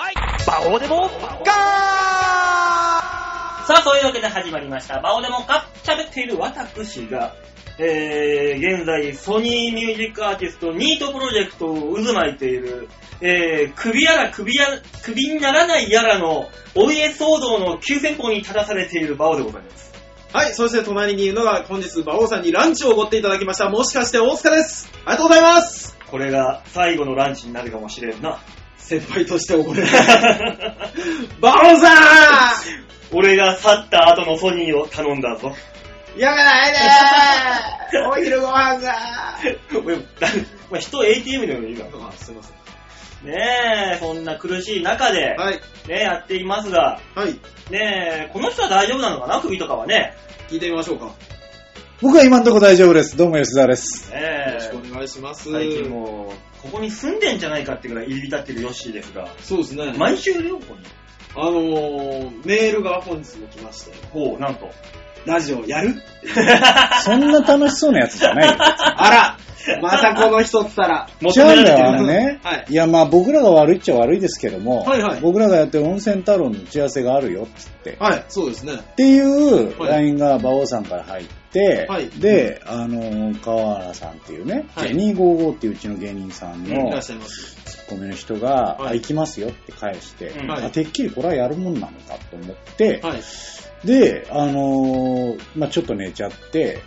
バオデモガーさあ、そういうわけで始まりました。バオデモか喋っている私が、えー、現在、ソニーミュージックアーティスト、ニートプロジェクトを渦巻いている、えー、首やら首や、首にならないやらの、お家騒動の急先鋒に立たされているバオでございます。はい、そして隣にいるのが、本日、馬王さんにランチをおごっていただきました、もしかして大塚ですありがとうございますこれが最後のランチになるかもしれんな。 先輩としておごれない。 馬王さ俺が去った後のソニーを頼んだぞ。 んやめない でお昼ご飯が俺、だまあ人 ATM でもいいから。あすいません。ねえ、そんな苦しい中で、はい、ねやっていますが、はい、ねえ、この人は大丈夫なのかな首とかはね。聞いてみましょうか。僕は今んとこ大丈夫です。どうも吉沢です。よねろしくおえ、願いします。最近もう、ここに住んでんじゃないかってぐらい入り浸ってるヨッシーですが、そうですね。毎週旅行に。あのー、メールが本日も来まして、ほう、なんと。ラジオやるそんな楽しそうなやつじゃないよ。あ らまたこの一つ皿。違うんだよ、あのね。はいいや、まあ僕らが悪いっちゃ悪いですけども、はいはい僕らがやってる温泉太郎の打ち合わせがあるよっつって。 はい、そうですね。っていうはい LINE が馬王さんから入って、はいで、あの、川原さんっていうね、はいジェニー55っていううちの芸人さんうんいのらっしゃいます。ツッコミの人が、はいあ行きますよって返して、うんはいあてっきりこれはやるもんなのかと思って、はい。で、あのーまあ、ちょっと寝ちゃ って、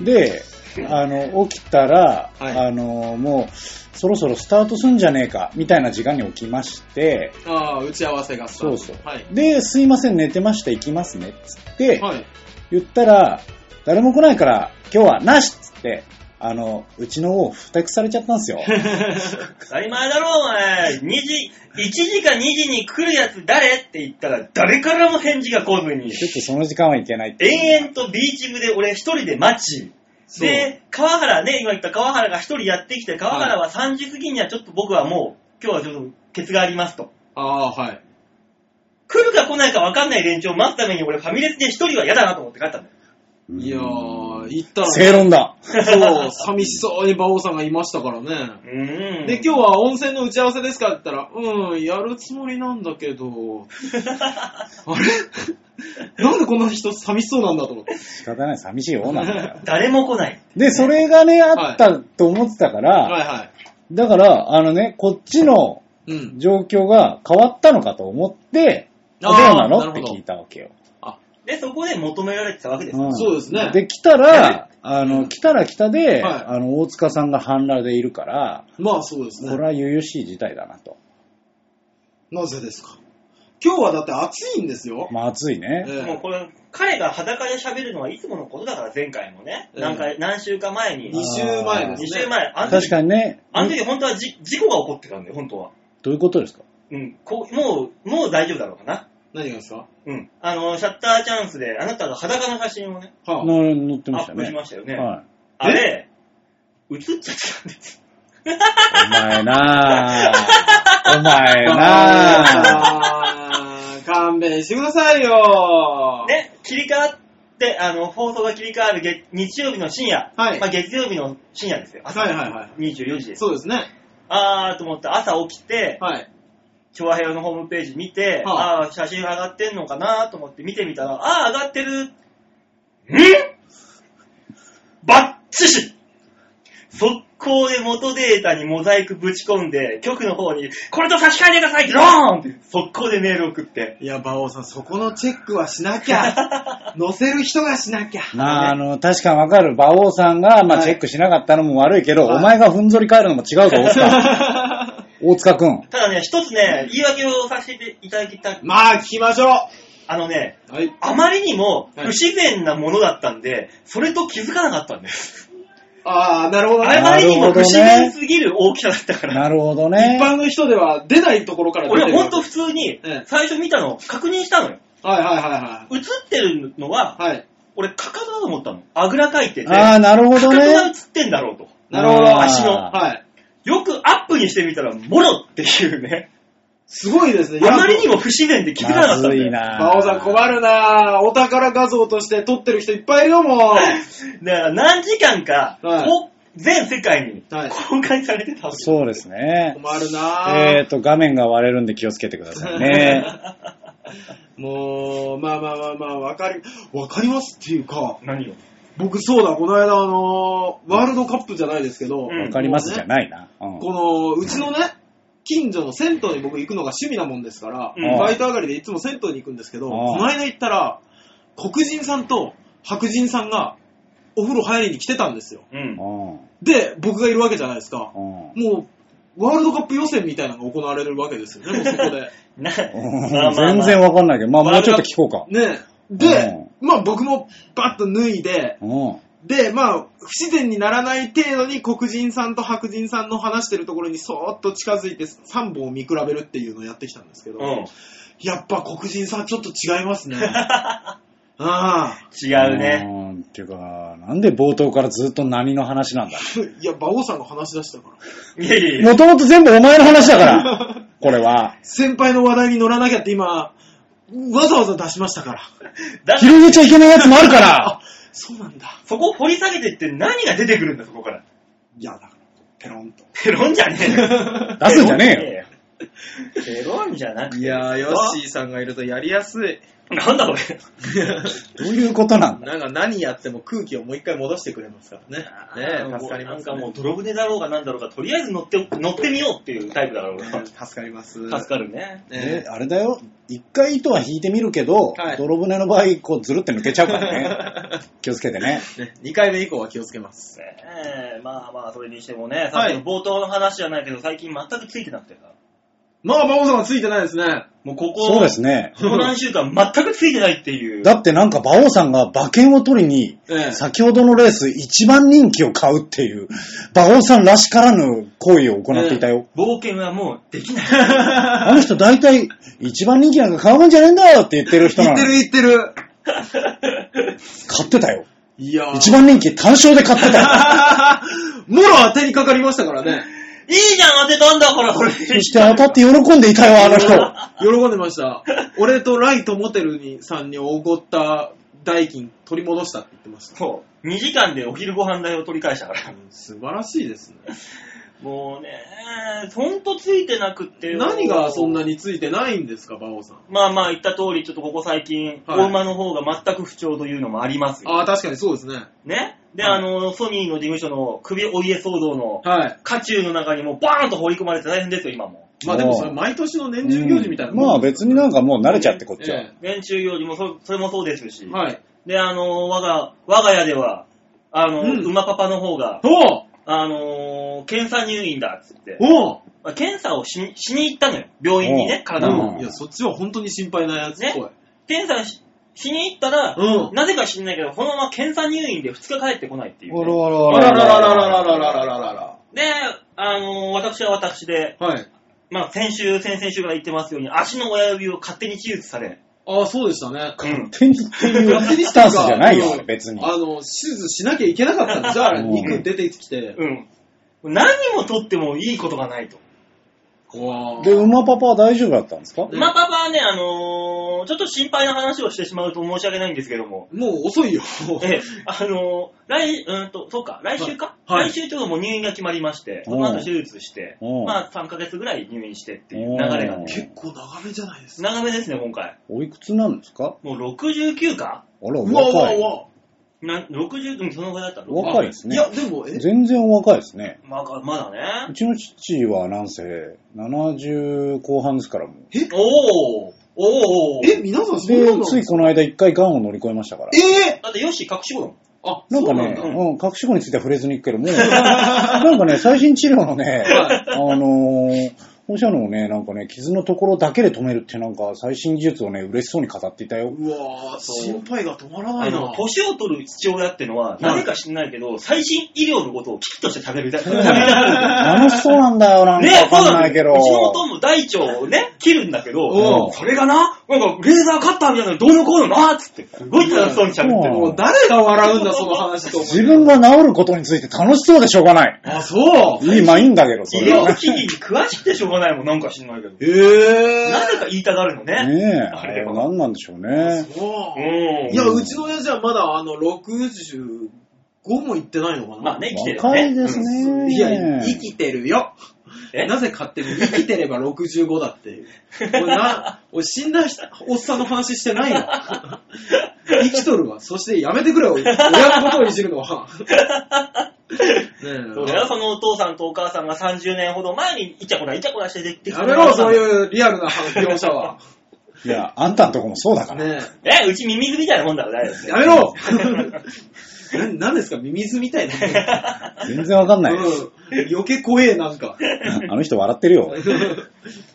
で、あの、起きたら、はいあのーもう、そろそろスタートすんじゃねえか、みたいな時間に起きまして、ああ、打ち合わせがスターそトうそう。はい。で、すいません、寝てました、行きますね、つって、はい。言ったら、誰も来ないから、今日はなしっつって、あの、うちの王、ふたくされちゃったんで すよ。当たり前だろ、お前。2時、1時か2時に来るやつ誰って言ったら、誰からも返事が来ずに。ちょっとその時間はいけないって。延々とビーチ部で俺一人で待ち。そうで、川原ね、今言った川原が一人やってきて、川原は3時過ぎにはちょっと僕はもう、今日はちょっとケツがありますと。ああー、はい。来るか来ないか分かんない連中を待つために俺ファミレスで一人は嫌だなと思って帰ったんだよ。いやー、行ったら、正論だ。そう、寂しそうに馬王さんがいましたからね。うーん。で、今日は温泉の打ち合わせですかって言ったら、うん、やるつもりなんだ けど、あれなんでこんな人寂しそうなんだと思って。仕方ない、寂しい王なん だよ。誰も来ない。で、それがね、あったと思ってたから、はいはだから、あのね、こっちのい。うん。状況が変わったのかと思って、どあうーなのなるってほど聞いたわけよ。で、そこで求められてたわけです。んそうですねで、来たら、あの、来たら来たで、はいあの、大塚さんが半裸でいるから、まあそうですこねれ。は悠々しい事態だなと。なぜですか今日はだって暑いんですよ。まあ、暑いね。ええもうこれ、彼が裸で喋るのはいつものことだから、前回もね。うん何回、何週か前に。二週前ですね。 2週前。あの確時、かにね、あの時本当はじ事故が起こってたんだよ、本当は。どういうことですかうん。こうもう、もう大丈夫だろうかな。何がですかはうん。あの、シャッターチャンスで、あなたが裸の写真をね、あの載ってアましたップしね。ましたよね。はい。あれ、映っちゃってたんです。お前な ぁ。お前なぁ。あー勘弁してくださいよ。ね、切り替わって、あの、放送が切り替わる月日曜日の深夜、はいまあ、月曜日の深夜ですよ。朝はいはいはい24時です。そうですね。あーと思って朝起きて、はい。調和平和のホームページ見て、はあー写真上がってんのかなと思って見てみたら、あー上がってる。んバッチシ速攻で元データにモザイクぶち込んで、局の方に、これと差し替えてくださいドーンって速攻でメール送って。いや、馬王さん、そこのチェックはしなき ゃ。載せる人がしなきゃ。まあ、あの、確かにわかる。馬王さんが、まあ、はいチェックしなかったのも悪いけど、はいお前がふんぞり返るのも違う ぞ、大塚。大塚くん。ただね、一つね、言い訳をさせていただきた、まあ、聞きましょう。あのね、はい。あまりにもはい不自然なものだったんで、それと気づかなかったんです。ああ、なるほどあね。まりにも不自然すぎる大きさだったから。なるほど一ね。般の人では出ないところから出て俺る。ほんと普通にええ最初見たの、確認したのよ。はいはいは、映ってるのはいはい。はい。俺かかとだと思ったの。あぐらかいてて、ああ、かなるほかとどね。 が映ってんだろうと。なるほど。あー足のはい。よくアップにしてみたら、もろっていうね。すごいですね。あまりにも不自然で気づかなかまったんずだいよ。な。馬王さん困るなお 宝画像として撮ってる人いっぱいいるよ、もう。だから何時間か、はいこう全世界にはい公開されてたわけそうですね。困るなぁ。えっ、と、画面が割れるんで気をつけてくださ いね。もう、まあまあまあまあ、わかり、わかりますっていうか、何を僕そうだ、この間あのーワールドカップじゃないですけど、うんわかりますじゃないな。うんこの、うちのね、近所の銭湯に僕行くのが趣味なもんですから、うんバイト上がりでいつも銭湯に行くんですけど、ああこの間行ったら、黒人さんと白人さんがお風呂入りに来てたんですよ。うん。で、僕がいるわけじゃないですか。うん。うん。もう、ワールドカップ予選みたいなのが行われるわけですよね、もうそこ で。な、全然わかんないけど、まあもうちょっと聞こうか。ねで、まあ僕もバッと脱いで、うん。で、まあ、不自然にならない程度に黒人さんと白人さんの話してるところにそーっと近づいて3本を見比べるっていうのをやってきたんですけど、うん。やっぱ黒人さんちょっと違い ますね。ああ。違うね。うん。っていうか、なんで冒頭からずっと何の 話なんだいや、馬王さんが話し出したから。いやいやいや。もともと全部お前の話 だから。これは。先輩の話題に乗らなきゃって今、わざわざ出しましたから。だって、広げちゃいけないやつもあるか らあ。、そうなんだ。そこを掘り下げてって何が出てくるんだ、そこから。いや、だから、ペロンと。ペロンじゃねえよ。 出すんじゃねえよ。ペロンじゃなくて。ーさんがいるとやりやすい。なんだこれ。どういうことなんだなんか何やっても空気をもう一回戻してくれますから ね。ねえ助かりなまんす、ね。かもう泥船だろうがなんだろうが、とりあえず乗って、乗ってみようっていうタイプだろう うんな。助かります。助かるね。ねえ、あれだよ。一回糸は引いてみるけど、はい泥船の場合、こうずるって抜けちゃうからね。気をつけてね。えね、2回目以降は気をつけます。ええまあまあ、それにしてもね、さっはいきの冒頭の話じゃないけど、最近全くついてなくてさ。まあ、馬王さんはついてないですね。もうここ、そうですね。この何週間全くついてないっていう。だってなんか馬王さんが馬券を取りに、ええ先ほどのレース一番人気を買うっていう、馬王さんらしからぬ行為を行っていたよ。冒険はもうでき ない。あの人大体、一番人気なんか買うもんじゃねえんだよって言ってる人言っなてのる。言ってる。買ってたよ。いやー一番人気単勝で買ってたよ。もろ当てにかかりましたからね。いいじゃん、当てたんだから、俺。そして当たって喜んでいたよ、あの人。喜んでました。俺とライトモテルにさんにおごった代金取り戻したって言ってました。そう。2時間でお昼ご飯代を取り返したから。うん素晴らしいですね。もうね、ほんとついてなくってよ。何がそんなについてないんですか、馬王さん。まあまあ言った通り、ちょっとここ最近、はい大馬の方が全く不調というのもありますよ。ああ、確かにそうですね。ね。で、はいあの、ソニーの事務所の首お家騒動のはい。渦中の中にもうバーンと放り込まれて大変ですよ、今も。まあでもそれ毎年の年中行事みたいな、まあ別になんか、かもう慣れちゃってこっちは。え連中行事もそそれもそうですし。えはい。で、あの、我が、我が家では、あの、うん馬パパの方が、おうあの、検査入院だっつって、おうまあ検査をしにしに行ったのよ。病院にね、お体を。うんいや、そっちは本当に心配なやつっぽい。検査ししに行ったら、うん。なぜか知んないけど、このまま検査入院で2日帰ってこないっていう、ね。ああらららららららららららで、あのー私は私で、はい。まあ、先週、先々週から言ってますように、足の親指を勝手に手術され、ああ、そうでしたね。うん、手にっていうスタンスじゃないよ、あれ別に。あの、手術しなきゃいけなかったんですよ、あれ。うん肉出てきて。うん。何も取ってもいいことがないと。怖で、馬パパは大丈夫だったんですかうんまあ、パパはね、あのーちょっと心配な話をしてしまうと申し訳ないんですけども、もう遅いよ。ええ、あのー来、うんと、そうか、来週か、はいはい来週というかもう入院が決まりまして、その後手術して、うんまあ、3ヶ月ぐらい入院してっていう流れがね、結構長めじゃないですか。長めですね、今回。おいくつなんですかもう69かあら、おうわうわ若うい。わ。な ?60、うん、そのぐらいだったおの若いですねいや、でも、え、全然お若いですね。まあ、まだうね。ちの父はなんせ70後半ですからもう。おーおーえ、皆さんそうなんで、だ。ついこの間一回癌を乗り越えましたから。えだってヨッシー隠し子だもん。ー、あ、なんかそうね、だうん、隠し子については触れずに行くけども、なんかね、最新治療 のね、はあのー、放射能をね、なんかね、傷のところだけで止めるってなんか最新技術をね、嬉しそうに語ってい たよ。うわぁ、心配が止まらなあいな。の、年を取る父親ってのは、何か知んないけど、最新医療のことをきちっとして 食べるタイプ。食べる楽しそうなんだよ、なんねかえそわ、うかんななんいだけよ。ど。うちのおとんも大腸をね、切るんだけうど、んそれがな、なんかレーザーカッターみたいなのどうのこうのなーっつって、すごい楽しそうに喋ってる。もう誰が笑うんだ、その話と思って自分が治ることについて楽しそうでしょうがない。あ、そう。いい、まあいいんだけど、そ医れは療ね。機器に詳しくてしょうがないもん、なんか知んないけど。ええなぜか言いたがるのね。ねえ、ああれれは何なんでしょうね。そううんいや、うちの親父はまだあの、65 5も行ってないのかな、まあね、来てるよ若ね。いですね。いや、生きてるよ。えなぜ勝手に生きてれば65だっていう。俺な、俺死んだ人おっさんの話してないよ。生きとるわ。そしてやめてくれよ。親のことをいじるのは。ねえそうだよ、そのお父さんとお母さんが30年ほど前にイチャコライチャコラしてできてきたやめろ、そうう。いうリアルな描写は。いや、あんたんとこもそうだから。ねえ、うちミミズみたいなもんだろ、だよ。え、やめろ ななんですかミミズみたいな。全然わかんない。うん、余計怖え、なんか。あの人笑ってるよ。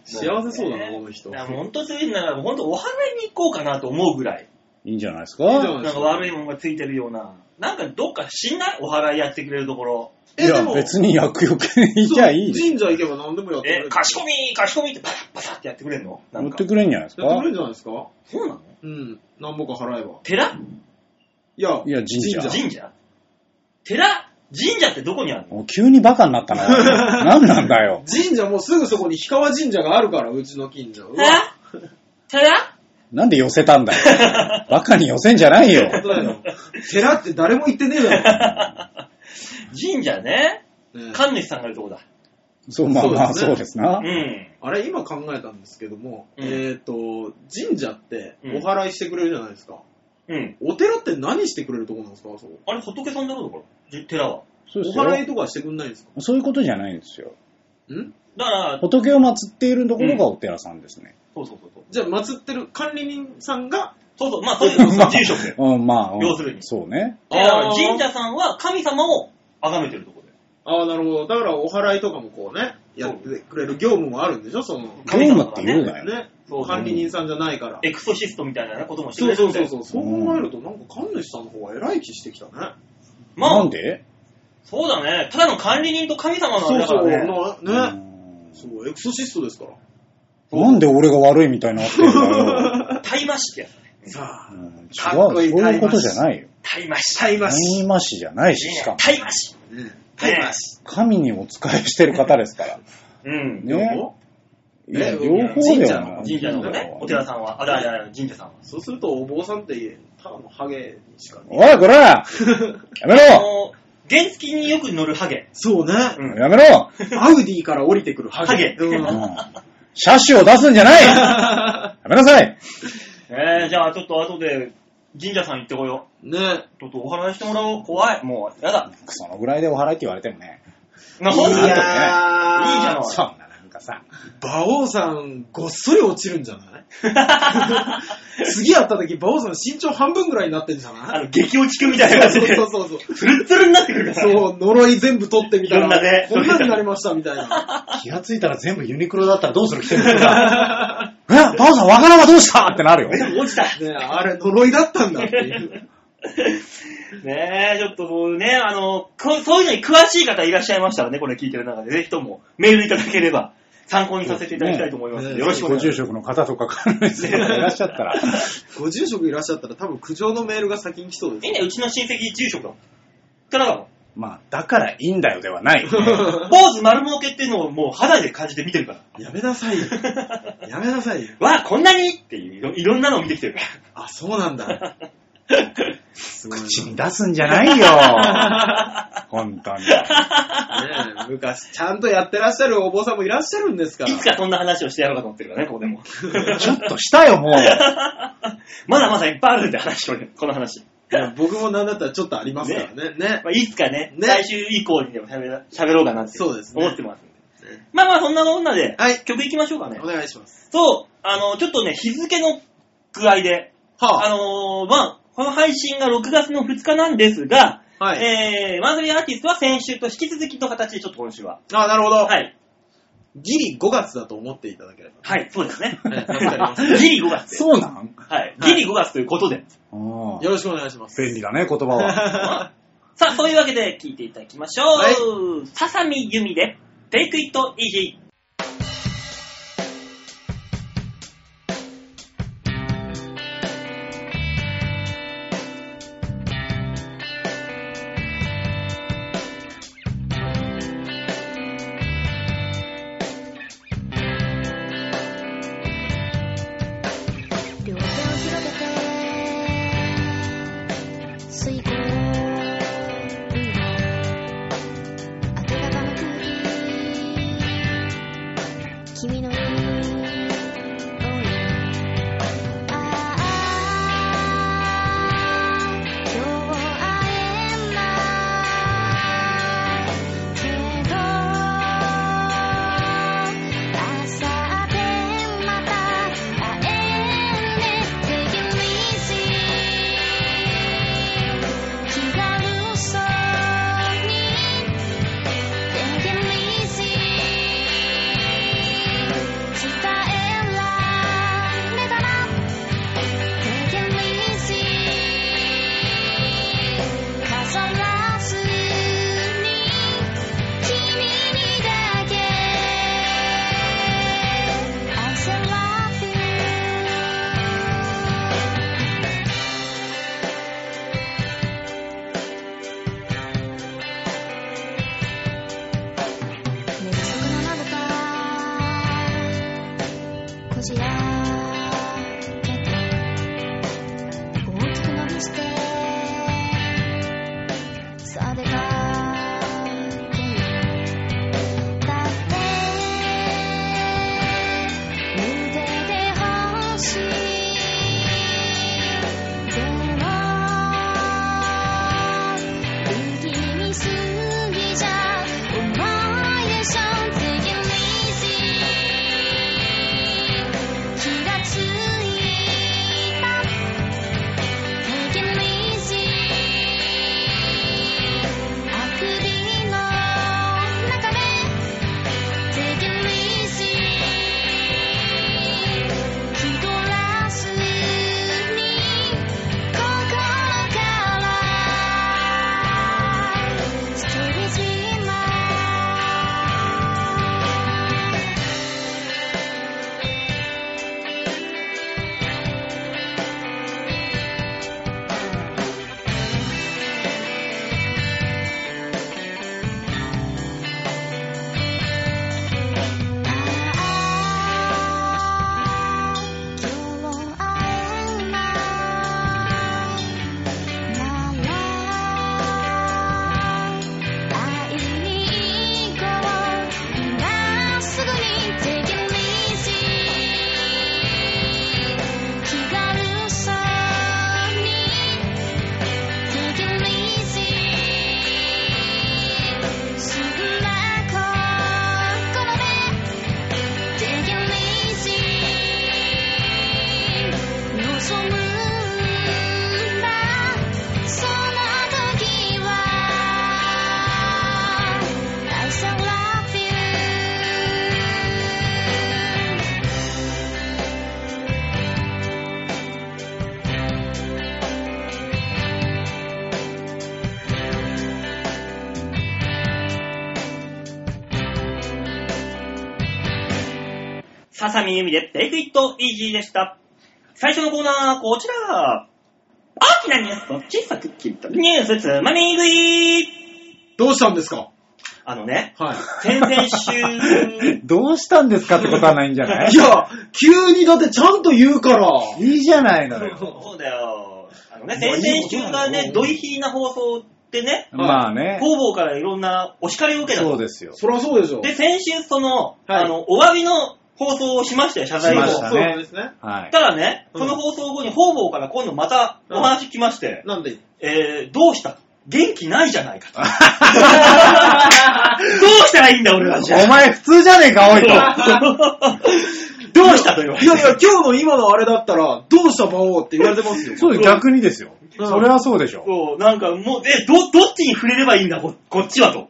幸せそうだな、この人。いや、ほんとついてだから、ほんとお払いに行こうかなと思うぐらい。いいんじゃないですいいじゃかんなんか悪いもんがついてるような。なんかどっか死んないお払いやってくれるところ。いや、別に薬よけにいきゃいいでそう神社行けば何でもやってくれえる。、貸し込み貸し込みってパサッパサってやってくれんのな持んっかて。くれんじゃないですかやってくれるんじゃないですかそうなのうん。何ぼか払えば。寺いや、いや神社神社寺神社ってどこにあるのもう急にバカになったな。何なんだよ。神社もうすぐそこに氷川神社があるから、うちの近所。うわえ寺なんで寄せたんだよ。バカに寄せんじゃないよ。本当だよ。寺って誰も行ってね えだ神社ね。ろ。ねえ神主さんがいるとこだ。そう、まあまあ、そそううでですすうな。ん。あれ、今考えたんですけども、うんえっ、と、神社ってうんお祓いしてくれるじゃないですか。うん。お寺って何してくれるとこなんですかあそこ。あれ仏さんだろうこれ。じ寺は。そうでおすよ祓いとかしてくんないんですかそういうことじゃないんですよ。んだから、仏を祀っているところがお寺さんですね。そうそうそうそう。じゃあ、祀ってる管理人さんが、そうそう、まあそういう、そう住 職で。うん、まあ、うん要するにそうね。でだからあー神社さんは神様を崇めてるところで。ああ、なるほど。だから、お祓いとかもこうね、やってくれる業務もあるんでしょその、業神様が務っねて言うなよ。ねそう、管理人さんじゃないから。エクソシストみたいなこともしてくそれうるそんうでそうそう。そう考えると、なんか神主さんの方が偉い気してきたね。まあ、なんでそうだね。ただの管理人と神様なんだからね。なね。そう、エクソシストですから。うんなんで俺が悪いみたいになってるんだよ。対魔師ってやつだね。さうあ、ん違う、かっそこういいいうことじゃないよ。対魔師。タイマ何シ。ましじゃないし、しかも。対魔師。タイねマシ。神にお仕えしてる方です から。うん。ねねいやえ両方ではない。神社のね、お寺さんは、あ、だいだい神社さんは。そうすると、お坊さんって、ただのハゲにしかね。おい、こらやめあろの、原付によく乗るハゲ。そうね。うんやめろ、アウディから降りてくるハゲ。ハゲうんうん車種を出すんじゃ ないやめなさいえー、じゃあちょっと後で神社さん行ってこよねう。ちょっとお話してもらおう。怖い。もう、やだ。そのぐらいでお払いって言われてもね。な、ほんいとやに。いいじやーゃそなんななんかさ、馬王さん、ごっそり落ちるんじゃない次会った時、馬王さん身長半分ぐらいになってんじゃい。あないの、激落ちくんみたいな感じそうでそ、うそうそう。ツルッツルになってくるから。そう、呪い全部取ってみたいろんなねら、こんなになりましたみたいな。気がついたら全部ユニクロだったらどうする着てるんですか えパオさん、わからんはどうしたってなるよ。落ちた。ねあれ呪いだったんだっていう。ねえ、ちょっともうね、あの、こそういうのに詳しい方いらっしゃいましたらね、これ聞いてる中で、ぜひともメールいただければ参考にさせていただきたいと思いますので、ねよろしくお願ごいしま住す。職の方とか管理生がいらっしゃっ たら、ご住職いらっしゃったら多分苦情のメールが先に来そうみ でんなうちの親戚住職だもん。からだもん。まあ、だからいいんだよでは ない。坊主丸儲けっていうのをもう肌で感じて見てるから。す。やめなさいよ。やめなさいよ。わあ、こんなにっていういろ、いろんなのを見てきてるか。あ、そうなんだ。すごいな口に出すんじゃないよ。本当に。ねえ昔、ちゃんとやってらっしゃるお坊さんもいらっしゃるんですからいつら。かそんな話をしてやろうかと思ってるからね、ここでも。ちょっとしたよ、もう。まだまだいっぱいあるんで話しておる、この話。いや僕もなんだったらちょっとありますからね。ね。まあ、いつかね、ね来週以降にでも喋ら喋ろうかなってそうですね思ってますんで。まあまあ、そんなこんなで、はい曲いきましょうかねお。願いします。そう、あの、ちょっとね、日付の具合で、あはあ。のーまあ、この配信が6月の2日なんですが、はいえー、マンスリーアーティストは先週と引き続きの形でちょっと今週は。あ、なるほど。はい。ギリ5月だと思っていただければ。はい、そうですね。はい助かりますギリ5月で。そうなんはい。はいギリ5月ということで。うんよろしくお願いします。便利だね、言 葉は。 さあ、そういうわけで聞いていただきましょはう。ささみゆみで、Take It Easy。両手を広げて水行ささみゆみで Take It Easy でした。最初のコーナー、こちら。大きなニュースを小さく切り取るニュースつまみ食いどうしたんですかあのね、はい。先々 週、どうしたんですかってことはないんじゃないや、急にだってちゃんと言うから。いいじゃないのよ。そうだよ。あのね、先々週がね、ドイヒーな放送ってね、まあね。方々からいろんなお叱りを受けたとそうですよ。そりゃそうでしょ。で、先週その、はいあの、お詫びの放送をしましたよ、謝罪を。しましたねそうですね。はい。ただね、うんその放送後に方々から今度またお話来まして、なんでえー、どうした元気ないじゃないか と。どうしたらいいんだ俺はじゃあ。お前普通じゃねえか、おいと。どうしたと言われいやいて。や、今日の今のあれだったら、どうした魔王って言われてますよ。そう、逆にですよ。うんそれはそうでしょ。そう、なんかもう、え、ど、どっちに触れればいいんだ、ここっちはと。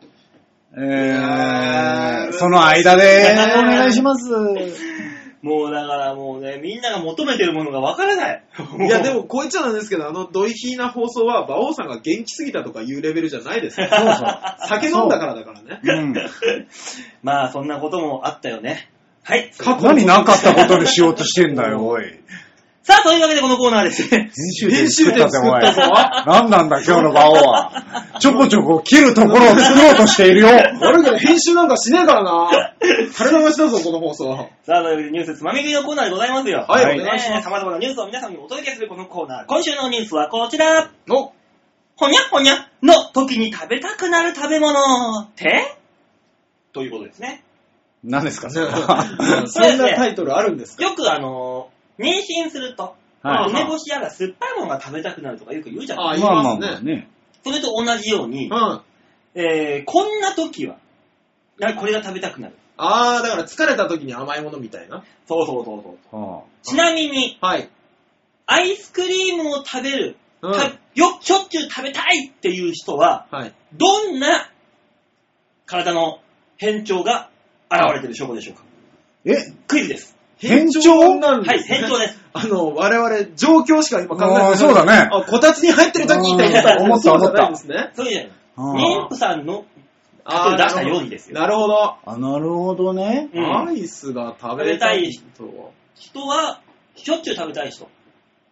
えー、その間で、お願いします。もうだからもうね、みんなが求めてるものがわからない。いや、でも、こう言っちゃなんですけど、あの、ドイヒーな放送は、馬王さんが元気すぎたとかいうレベルじゃないですよ。そうそう。酒飲んだからだからね。うん。 まあ、そんなこともあったよね。はい。さ何なかったことにしようとしてんだよ、おい。あ、というわけでこのコーナーです ね。編集点作ったぜ、お前。編集点作った何なんだ、今日の場は。ちょこちょこ切るところを作ろうとしているよ。悪いけど、編集なんかしねえか らな。垂れ流しだぞ、この放送。は、さあ、というわけでニュースつまみ食いのコーナーでございますよ。はいお願いします。さまざまなニュースを皆さんにお届けするこのコーナー。今週のニュースはこちら。の、ほにゃほにゃの時に食べたくなる食べ物ってということ ですね。何ですか、それうはんそんなタイトルあるんですかよくあのー妊娠すると、はい。梅干しやら酸っぱいものが食べたくなるとかよく言うじゃないあ、言いまあまあままあすね。ね。それと同じようにう、ん。えー、こんな時は、なこれが食べたくなる。あー、だから疲れた時に甘いものみたいな。そうそうそうそう。はちなみに、はい。アイスクリームを食べる、うんたよしょっちゅう食べたいっていう人は、はい。どんな体の変調が現れてる証拠でしょうかあえ、クイズです。変調なんですはい、ね変調です。あの、我々、状況しか今考えてなあい。ーそうだねあ、こたつに入ってる時って思ったら思ったそうじゃないですね。そういうじゃない。あ妊婦さんのあー出したようにですよなるほど。あ、なるほどね。うんアイスが食べたい人は。人は、しょっちゅう食べたい人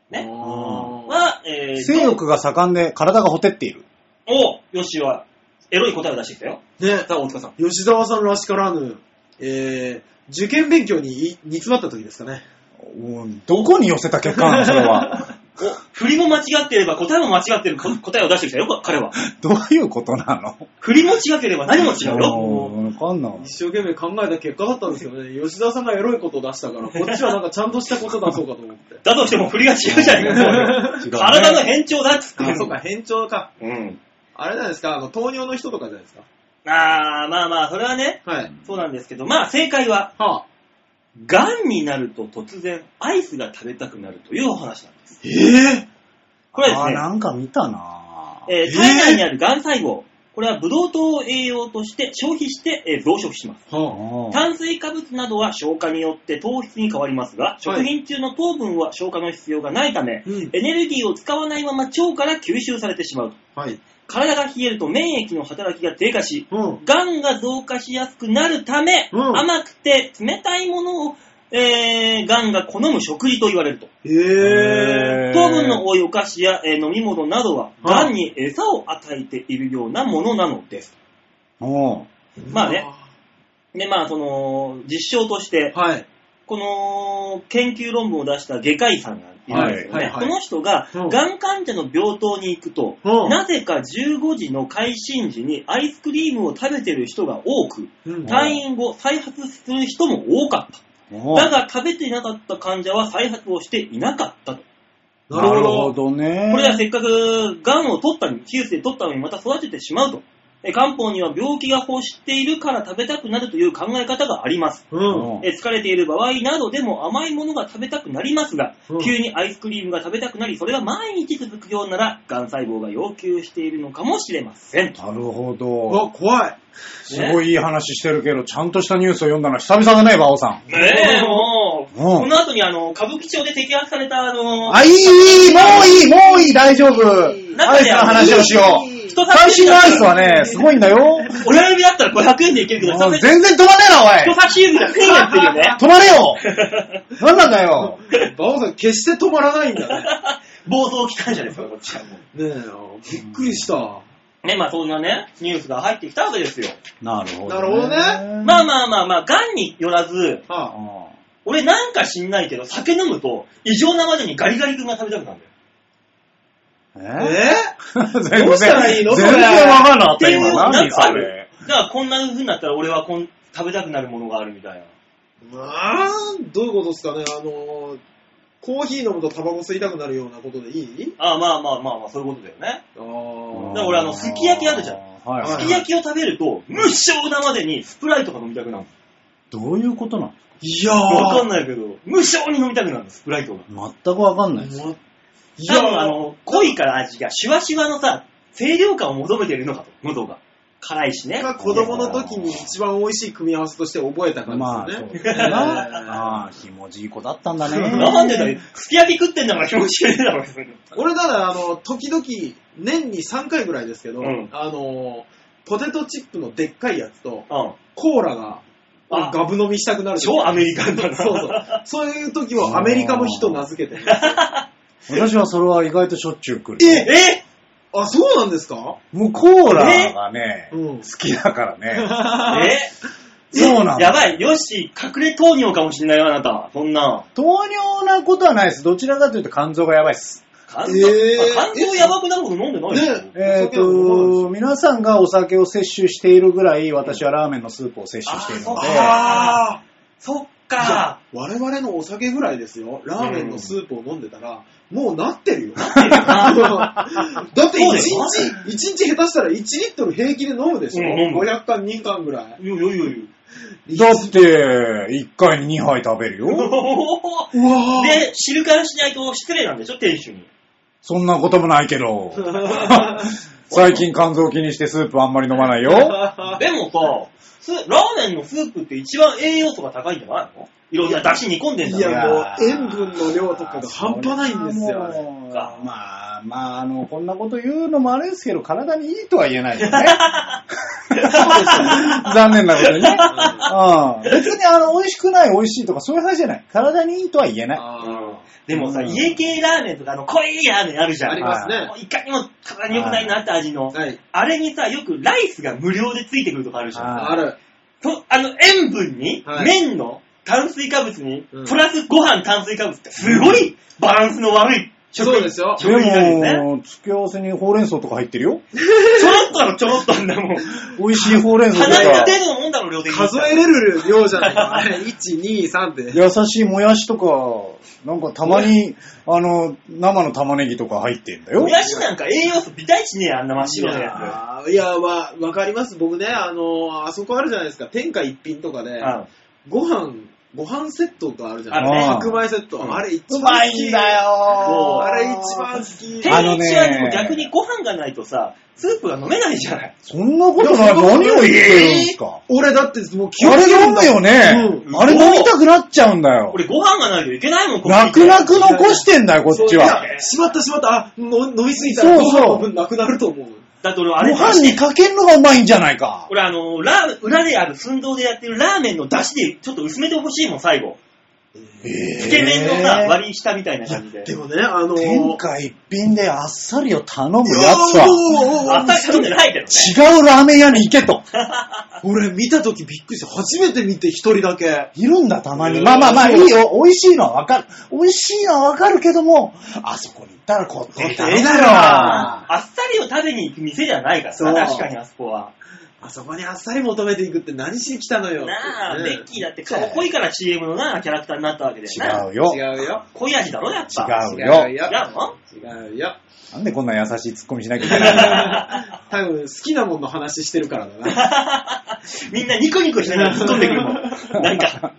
ねあは、えー、性欲が盛んで体がほてっている。を、よしは、エロい答えを出してきたよ。ーね、さあ、大塚さん。吉沢さんらしからぬ、えー、受験勉強にい煮詰まった時ですかね。うんどこに寄せた結果なの、それは。お、振りも間違ってれば答えも間違ってるこ答えを出してきたよ、彼は。 どういうことなの振りも違ければ何も違うよ。わかんない。一生懸命考えた結果だったんですよね。吉沢さんがエロいことを出したから、こっちはなんかちゃんとしたこと出そうかと思って。だとしても振りが違うじゃないかそうよ、違うね体の変調だっつってんのあ、そうか、変調か。うん。あれじゃないですか、あの、糖尿の人とかじゃないですか。あー、まあまあ、それはね、はい。そうなんですけど、まあ正解は、はあ、癌になると突然アイスが食べたくなるというお話なんです。ええこれあ、はなんか見たなですね、えー体内にある癌細胞、これはブドウ糖を栄養として消費して、えー増殖します。はああ炭水化物などは消化によって糖質に変わりますが、食品中の糖分は消化の必要がないため、うんエネルギーを使わないまま腸から吸収されてしまう。あ、はい。体が冷えると免疫の働きが低下し、うん。がんが増加しやすくなるため、うん甘くて冷たいものを、えー、がんが好む食事と言われると。ええ糖分の多いお菓子や、えー飲み物などは、はいがんに餌を与えているようなものなのです。おうまあね。で、まあ、その、実証として、はい。この研究論文を出した外科医さんがいるんですよね。はいはいはいこの人が、うんがん患者の病棟に行くと、うんなぜか15時の開診時にアイスクリームを食べてる人が多く、うんん退院後再発する人も多かっおた。うだが食べていなかった患者は再発をしていなかったと。なるほど。どね。これはせっかくがんを取ったのに、手術で取ったのにまた育ててしまうと。え漢方には病気が欲しているから食べたくなるという考え方があります。うん。え疲れている場合などでも甘いものが食べたくなりますが、うん急にアイスクリームが食べたくなり、それが毎日続くようなら、がん細胞が要求しているのかもしれません。なるほうど。わ、怖 い。すごいいい話してるけど、ちゃんとしたニュースを読んだのは久々だね、馬王さねえ、もう、この後にあの、歌舞伎町で摘発されたあん。の、あ、いい、いい、もういい、もういい、大丈夫。アイスの話をしよう。人最新のアイスはね、すごい んだよ。親指だったら500円でいけるけど、人全然飛ばねえな、お人い差し指が1000円っていうね。止ま れよなんなんだよバオさん、決して止まらないんだね。暴走機関車ですよ、こっちはもねえ、びっくりした。う。ね、まあそんなね、ニュースが入ってきたわけですよ。なるほなるほどねまあまあまあまあ、癌によらず、あはあ、あ俺なんか知んないけど、酒飲むと、異常なまでにガリガリ君が食べたくなるんだよ。ええ 全然、どうしたらいいのそれ全然わかんなかっってた、いう今。なん何かあそるれ。だからこんな風になったら俺はこん食べたくなるものがあるみたいな。まあ、どういうことですかね、あの、コーヒー飲むとタバコ吸いたくなるようなことでいいああまあまあまあまあ、そういうことだよね。あだーから俺あのすき焼きあるじゃんはいい、すき焼きを食べると、無性なまでにスプライトが飲みたくなる。どういうことなのいやー、わかんないけど、無性に飲みたくなるの、スプライトが。全くわかんないです。もうい多分や、ああの、濃いから味が、シュワシュワのさ、清涼感を求めてるのかと、喉が。辛いしね。が子供の時に一番美味しい組み合わせとして覚えた感じですよね。なあーああ、ひもじい子だったんだね。 なんでだよ、すき焼き食ってんだから気持ち悪いだろ、それ俺ただ、あの、時々、年に3回ぐらいですけど、うんあの、ポテトチップのでっかいやつと、うん。コーラが、あガブ飲みしたくなる。超アメリカンだな。そうそう。そういう時はアメリカの日と名付けてる。私はそれは意外としょっちゅう来る。ええあ、そうなんですかもうコーラがね、うん好。きだからね。えそうなんだやばい、よし、隠れ糖尿かもしれないよ、あなた。そんな。糖尿なことはないです。どちらかというと肝臓がやばいです。肝臓、えーあ肝臓やばくなるほど飲んでないでしょねえっ、と、皆さんがお酒を摂取しているぐらい、私はラーメンのスープを摂取しているので、あそっーいやか。我々のお酒ぐらいですよ。ラーメンのスープを飲んでたら、もう なってるよ。だってそう1でし日ょ、一日下手したら1リットル平気で飲むでしょ。うん飲む500缶、2缶ぐらい。よよよよ。だって、1回に2杯食べる よ。おーうわーで、知るからしないと失礼なんでしょ、店主に。そんなこともない けど、最近肝臓気にしてスープあんまり飲まないよ。でもさ、スラーメンのスープって一番栄養素が高いんじゃないのいろんな出汁煮込んでんいだやから。もう塩分の量とかが半端ないんですよあれもうまあ、まあ、あの、こんなこと言うのもあれですけど、体にいいとは言 えないよね。残念なことにね。うん別に、あの、美味しくない、美味しいとか、そういう話じゃない。体にいいとは言えない。あでもさ、うん家系ラーメンとかあの濃いラーメンあるじゃーん。ありますねも。 ういかにも体に良くないなって味の。はい。あれにさ、よくライスが無料でついてくるとかあるじゃん。はいある。とあの、塩分に、はい麺の炭水化物に、うんプラスご飯炭水化物って、すごいバランスの悪い食そうですよ食品なんですね。でも、付け合わせにほうれん草とか入ってるよ。ちょろっとあのちょろっとあんだもん。美味しいほうれん草と鼻がか、出るのもんだろ、両手に。数えれる量じゃないか。あれ1、2、3って。優しいもやしとか、なんかたまに、あの、生の玉ねぎとか入ってんだよも。やしなんか栄養素微大値ねえよあんな真っ白なやあーいや、わ、わかります。僕ね、あのー、あそこあるじゃないですか。天下一品とかつ。で、うご飯、ご飯セットがあるじゃないあでれすか。ね白米セット。うんあれ一番好き。うまいんだそうよ。あれ一番好き。ん。で天もあの一ねはでも逆にご飯がないとさ、スープが飲めないじゃない。そんなことない。何を言ってるんですか。俺だってもう気あれ飲るんんだだよね。うんあれ飲みたくなっちゃうんだよ。俺ご飯がないといけないもん、ここ泣く泣く残してんだよ、こっそちう。はいやしまったしまった。あ、の飲みすぎたらそごうそう飯の分なくなると思う。だって俺あごれ、飯にかけるのがうまいんじゃないか。俺あの、ラー裏である寸胴でやってるラーメンの出汁でちょっと薄めてほしいもん、最後。つつけ麺のさ、割り下みたいな感じで。でもね、あのー、天下一品であっさりを頼むやついやは、ーもうもうあったかくんじゃないけどね。違うラーメン屋に行けと。俺見た時びっくりした。初めて見て一人だけ。いるんだ、たまに。うんまあまあまあ、いいよ。美味しいのはわかる。美味しいのはわかるけども、あそこに行ったらこってり食べだろ。あっさりを食べに行く店じゃないからそさ、う確かにあそこは。あそこにあっさり求めていくって何しに来たのよ。なあ、ねベッキーだってかっこいいから CM のな、キャラクターになったわけだよな。違うよ。違うよ。濃い味だろ、やっぱ。違うよ。違うの違うよ。違うよ。 なんでこんな優しいツッコミしなきゃいけないの多分好きなもんの話してるから だな。みんなニコニコしながら突っ込んでくるもん。なんか。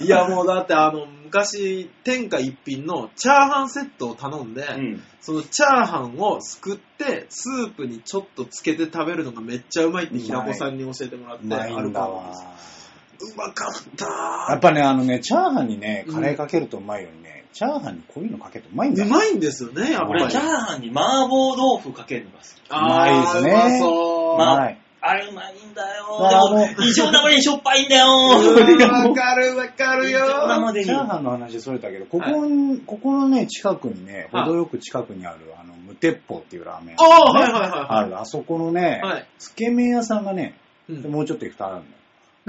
いやもうだってあの、昔、天下一品のチャーハンセットを頼んで、うん。そのチャーハンをすくって、スープにちょっとつけて食べるのがめっちゃうまいって平子さんに教えてもらっうて、まいんだアルわカ。ンうまかったやっぱね、あのね、チャーハンにね、カレーかけるとうまいようにね、チャーハンにこういうのかけてうまいんだうまいんですよね、やっぱり。俺、チャーハンに麻婆豆腐かけるのが好き。あーうまいですねうまそう。まあはい。あれうまいんだよまあ。でも、異常なまでにしょっぱいんだよ。わかるわかる異常なよ。までチに。ャーはハンの話それたけど、ここに、ここのね、近くにね、はい程よく近くにある、あの、無鉄砲っていうラーメン。ああ、はいはいはある、あそこのねい。、はい。つけ麺屋さんがね、うんもうちょっと行くとあるんだ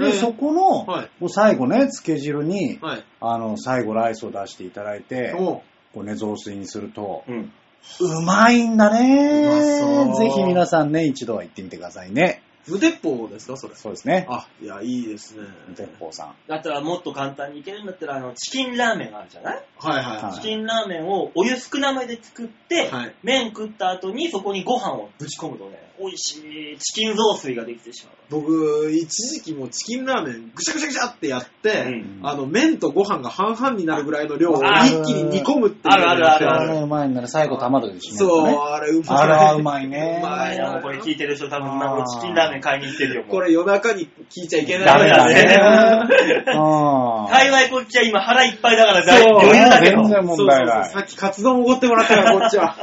えよ。えで、そこの、はいもう最後ね、つけ汁に、はい。あの、最後ライスを出していただいて、おうこうね、雑炊にすると、うん。うまいんだうまねそうぜひ皆さんね、一度は行ってみてくださいね。無鉄砲ですか、それ。そうですね。あ、いや、いいですね。無鉄砲さん。だったらもっと簡単にいけるんだったら、あの、チキンラーメンあるじゃないはいはいははチキンラーメンをお湯少なめで作って、はい麺食った後にそこにご飯をぶち込むとね、美味しいチキン雑炊ができてしまう。い。僕、一時期もうチキンラーメンぐしゃぐしゃぐしゃってやって、うんあの、麺とご飯が半々になるぐらいの量をあ一気に煮込むっていう。あるあるあるああれるうまいんだね。最後卵で締めるそう、のね。あれうまい。あれはうまいねうまいいやもなうこれ聞いてる人多分今頃チキンラーメン買いに来てるよ。もうこれ夜中に聞いちゃいけない。ダメだダ ね。うん。幸いこっちは今腹いっぱいだから大そう余裕だけど全、然そうそう問そ題う。ないさ。っきカツ丼おごってもらったから、こっち は。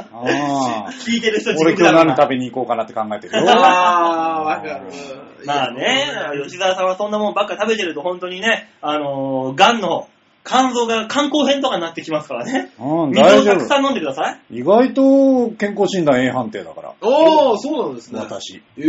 あー聞いてる人自俺分今だ日か何ら。食べに行こうかなって考えてるよ。 あー、わかる。まあね、吉沢さんはそんなもんばっか食べてると本当にね、あのー、癌の肝臓が肝硬変とかになってきますからね。うん、水大を丈たくさ夫。ん飲んでください。意外と健康診断 A 判定だから。おー、そうなんですね。私。えう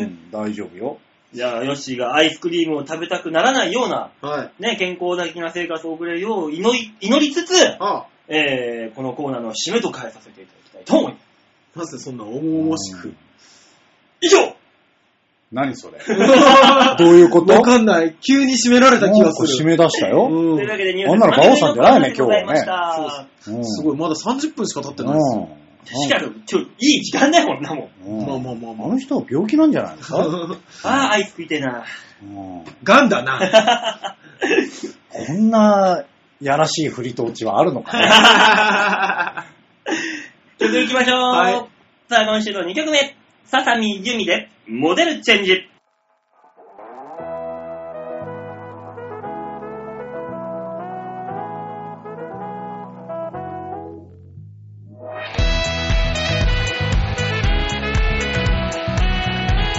ー。ん、大丈夫よ。じゃあ、ヨッシーがアイスクリームを食べたくならないような、はい。ね、健康的な生活を送れるよう祈り祈りつつ、あ、えー、このコーナーの締めと変えさせていただきたいと思います。なぜそんな重々しうくん。以上何それ わどういうことかんない。急に締められた気がなんかする。締め出したよ。とういうわん。けで、ニューあんスなのガオさんじゃなまといねめのコーナーでございました今日はねうんすごい、まだ30分しか経ってないですよ。確確かに、今日いい時間だよ、こんなもん。うんまあまあまあまあの人は病気なんじゃないですか、うんああ、アイス食いてえ な。 ガンだ な。こんなやらしい振りと落ちはあるのかな曲行きましょう。はいさあ、今週の2曲目。ささみゆみで、モデルチェンジ。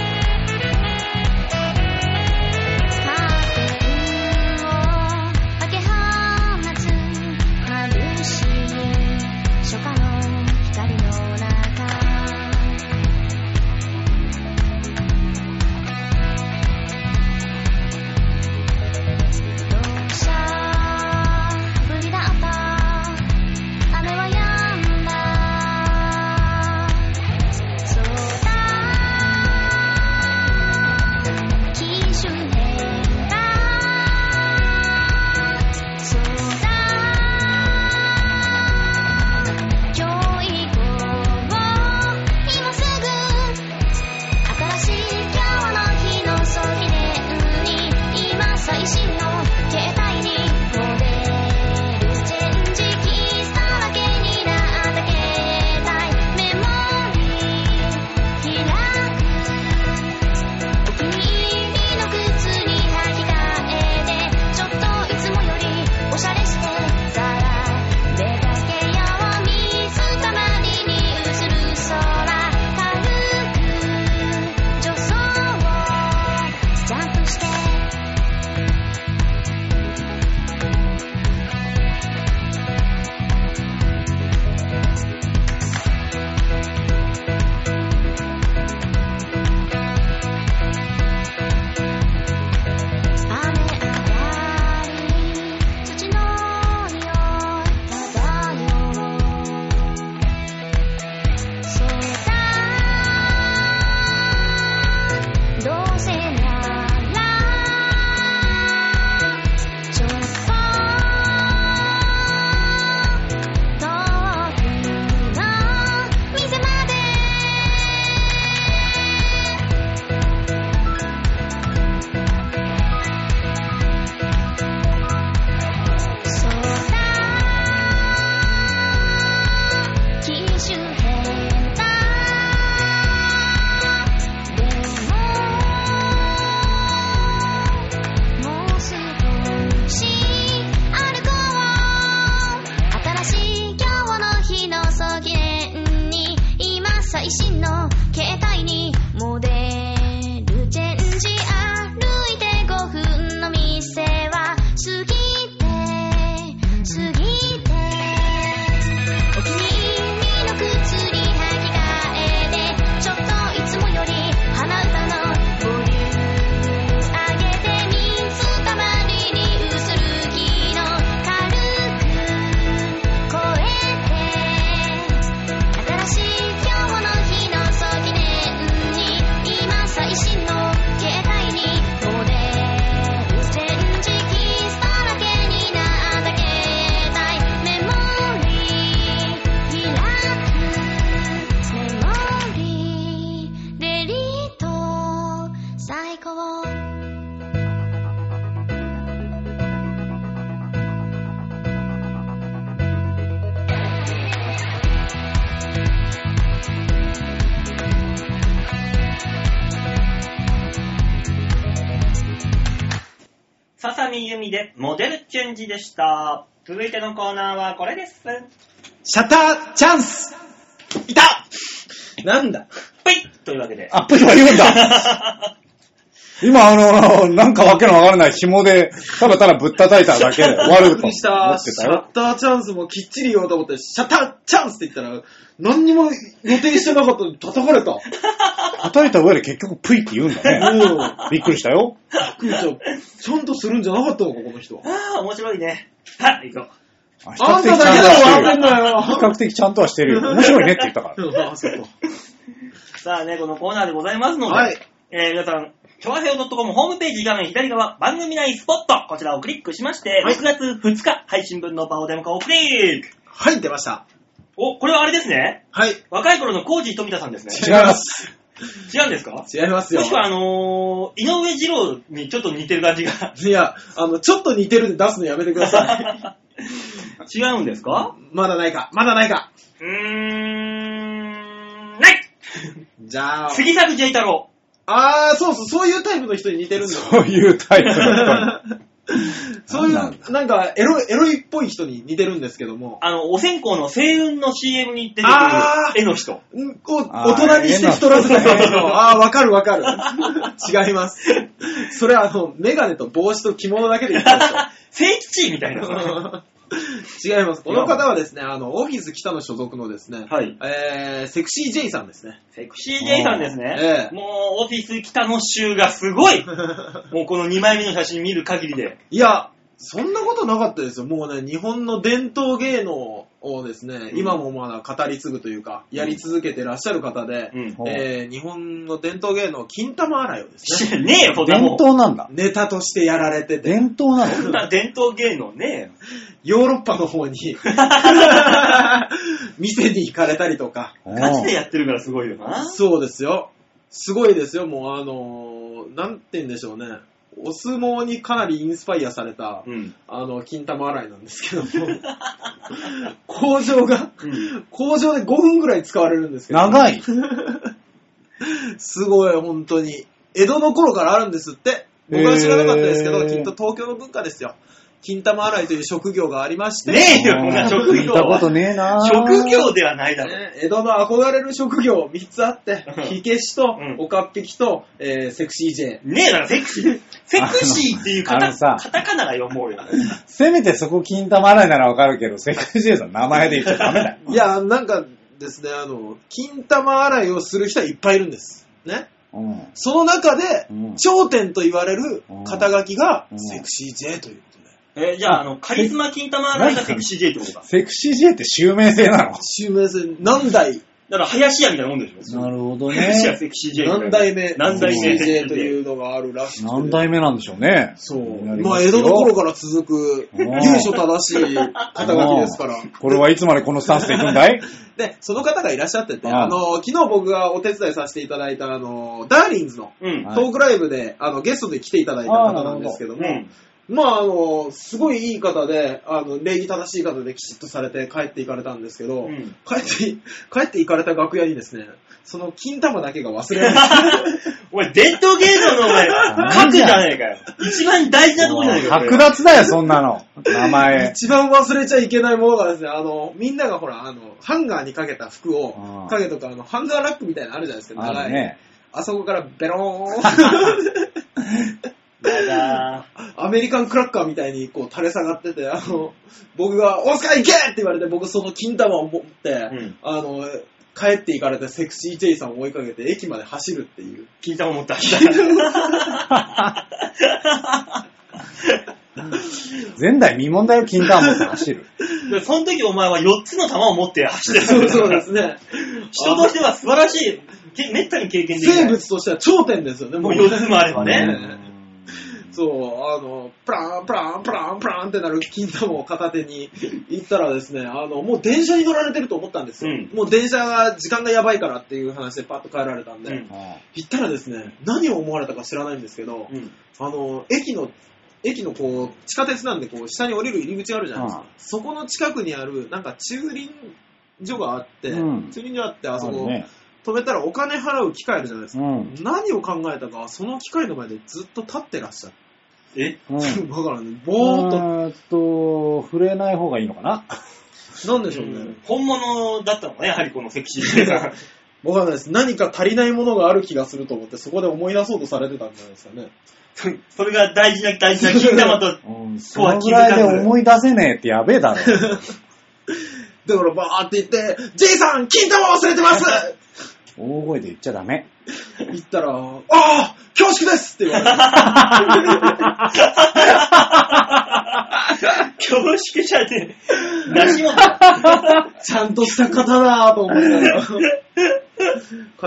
カーテンを開け放つ春し初夏の光の中最高ささみゆみでモデルチェンジでした。続いてのコーナーはこれです。シャッターチャンスいたなんだぷいというわけで。アップルは言うんだ今、あの、なんかわけのわからない紐で、ただただぶったたいただけ で終わびっくると思りしたっ。てシたャよッ。ターチャンスもきっちり言おうと思って、シャッターチャンスって言ったら、何にも予定してなかったのに 叩かれた。叩いた上で結局プイって言うんだね。うん。びっくりしたよ。くーちゃん、ちゃんとするんじゃなかったのか、この人は。あ あ、面白いね。はい、行こう。あ 比あ較ん的たちゃだんけとだろ、わかん。ないしてるよ比よ。較的ちゃんとはしてるよ。面白いねって言ったから。 うんあ、そっか。さあね、このコーナーでございますので、はい。えー皆さん、調和表 .com ホームページ画面左側、番組内スポット、こちらをクリックしまして、はい6月2日配信分のバオデモカをクリックはい、出ました。お、これはあれですね。はい。若い頃のコージー富田さんですね。違います。違うんですかも違いますよし。くはあのー、井上二郎にちょっと似てる感じが。いや、あの、ちょっと似てるんで出すのやめてください。 違うんですか まだないか、まだないか。うーん、ないじゃあ、杉作 J 太郎。あー、そうそう、そういうタイプの人に似てるんだよ。そういうタイプの そういなんう、なんか、エロ、エロいっぽい人に似てるんですけども、あの、お線香の星雲の CM に出てくるあー絵の人。 うんこう、あー大人にして太らせた感じの、あー、わかるわか る。違います。それは、あの、メガネと帽子と着物だけで言ったでしょ。聖吉みたい な。は 違います。この方はですね、あの、オフィス北の所属のですね、い。えー、セクシー J さんですね。 セクシー J さんですねえ。えもう、オフィス北の州がすご いもうこの2枚目の写真見る限りで。いや、そんなことなかったですよ。もうね、日本の伝統芸能をですね、うん今もまだ語り継ぐというか、やり続けてらっしゃる方で、うん。うんえー、日本の伝統芸能、金玉洗いをですね、知らねえよ、そんな伝もん。統なんだ。 ネタとしてやられてて、伝統なそんのな伝統芸能ねヨーロッパの方 に、 店に行かれたりとか、えよ。ガチでやってるからすごいよな。そうですよ。すごいですよ。もうあのーなんて言うんでしょうね。お相撲にかなりインスパイアされた、うん。あの、金玉洗いなんですけども、 工場が、工場で5分ぐらい使われるんですけど、長い。すごい、本当に。江戸の頃からあるんですって。僕は知らなかったですけへど、ーきっと東京の文化ですよ。金玉洗いという職業がありまして、ねえよ、こんな職見業たこはと。ねえな職業ではないだろ。ね江戸の憧れる職業3つあってうん、火消しとうん、おかっぴきと、えーセクシー J。ねえだろ、セクシ ー。セクシーっていうカあタのさカタカナが読もうよ。せめてそこ金玉洗いならわかるけど、セクシージェイさん名前で言っちゃダメだよ。いや、なんかですね、あの、金玉洗いをする人はいっぱいいるんです。ね。うん。その中で、うん頂点と言われる肩書きがう、んセクシー J ということで。え、じゃあ、あの、カリスマ金玉洗いがセクシー J ってことか。セクシージェイって襲名性なの襲名戦、何代、だから、林家みたいなもんでしょ。るほど林家セクシー J みたいな。何代目、何代セ目クシー J というのがあるらしくて。何代目なんでしょうね。そう。なりまあ、す江よ戸の頃から続く、うん由緒正しい肩書きですから。これはいつまでこのスタンスでいくんだいで、その方がいらっしゃってて、うんあの、昨日僕がお手伝いさせていただいた、あの、ダーリンズのうん。はいトークライブで、あの、ゲストで来ていただいた方なんですけども、うん。まあ、あの、すごいいい方で、あの、礼儀正しい方できちっとされて帰っていかれたんですけど、うん帰って、帰っていかれた楽屋にですね、その金玉だけが忘れられない。お前、伝統芸能のお 前、核じゃねえかよ。一番大事なとこじゃねえかよ。剥奪だよ、そんなの。名 前。一番忘れちゃいけないものがですね、あの、みんながほら、あの、ハンガーにかけた服うをん、かけとか、あの、ハンガーラックみたいなのあるじゃないですか、あ長のい。ね。あそこからベローン。やだアメリカンクラッカーみたいにこう垂れ下がってて、あの、僕が、オスカー行けって言われて、僕その金玉を持って、んあの、帰って行かれてセクシー J さんを追いかけて駅まで走るっていー。う。金玉持った。前代未聞だよ、金玉持って 走る。でその時お前は4つの玉を持って走ってる。 そうそうです ね。人としては素晴らしい、けめったに経験できない。生物としては頂点ですよね、もうね4つもあればね。ねそう、あの、プラン、プラン、プラン、プランってなる金玉を片手に行ったらですね、あの、もう電車に乗られてると思ったんですよ。うんもう電車が、時間がやばいからっていう話でパッと帰られたんで、うんあ行ったらですね、何を思われたか知らないんですけど、うん。あの、駅の、駅のこう、地下鉄なんで、こう、下に降りる入り口があるじゃないですか。うんそこの近くにある、なんか駐輪所があって、うん駐輪所あって、あそるこ、ね。止めたらお金払う機械あるじゃないですうか。ん。何を考えたか、その機械の前でずっと立ってらっしゃる。えうん。だからね、ぼーっえーっと、触れない方がいいのかな。と、なんでしょう ね。本物だったのね、やはりこのセクシーさん。わかんないです。何か足りないものがある気がすると思って、そこで思い出そうとされてたんじゃないですかね。 それが大事な大事な金玉と。うん。そとはの気ぐづかずらいで思い出せねえってやべえだろ。だ からバーって言って、J さん、金玉忘れてます大声で言っちゃダメ。 言ったら、ああ恐縮ですって言われて。恐縮者 で、なしもだ。ちゃんとした方だと思いながら帰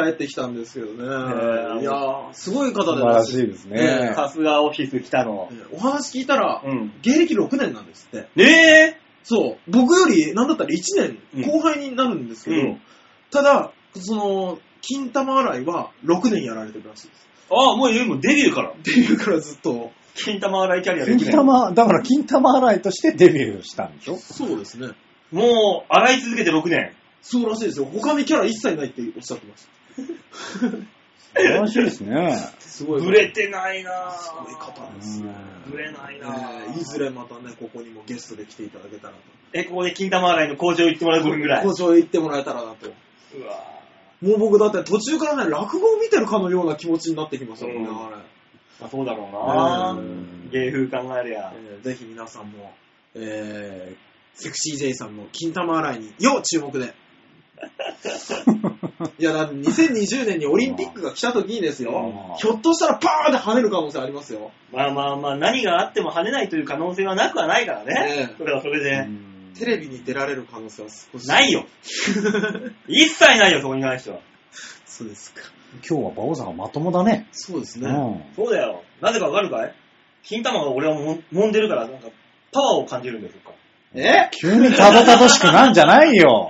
ってきたんですけどね。ーいやー、すごい方素で晴らしいですね。さすがオフィス来たの。お話聞いたら、うん。芸歴6年なんですって。えそう。僕より、なんだったら1うん年後輩になるんですぇけど、ただ、その、金玉洗いは6年やられてるらしいです。ああ、もうえもうデビューから。っていうからずっと。金玉洗いキャリアでき金ない。玉、だから金玉洗いとしてデビューしたんでしょそうですね。もう、洗い続けて6年。そうらしいですよ。他にキャラ一切ないっておっしゃってまし素晴らしいですね。 た。すごい。ブレてないなぁ。すごい方うですね。んブレないえなぁ。ーいずれまたね、ここにもゲストで来ていただけたらと。え、ここで金玉洗いの工場行ってもらう分ぐらい。交渉へ行ってもらえたらなと。うわもう僕だって途中からね、落語を見てるかのような気持ちになってきましたもんね、うんあれ。まあそうだろうなうぁ。芸風考えりゃ。えーぜひ皆さんも、えー、セクシー J さんの金玉洗いに、要注目で。いや、だって2020年にオリンピックが来た時にですうよん、ひょっとしたらパーンって跳ねる可能性ありますよ。まあまあまあ、何があっても跳ねないという可能性はなくはないからね。ええそれはそれで。うんテレビに出られる可能性は少し。ない よ。一切ないよ、そこに関しては。そうですか。今日は馬王さんがまともだね。そうですうね。ん。そうだよ。なぜかわかるかい金玉が俺はもん揉んでるから、なんか、パワーを感じるんですよ、そっかえ急にたどたどしくなんじゃない よ。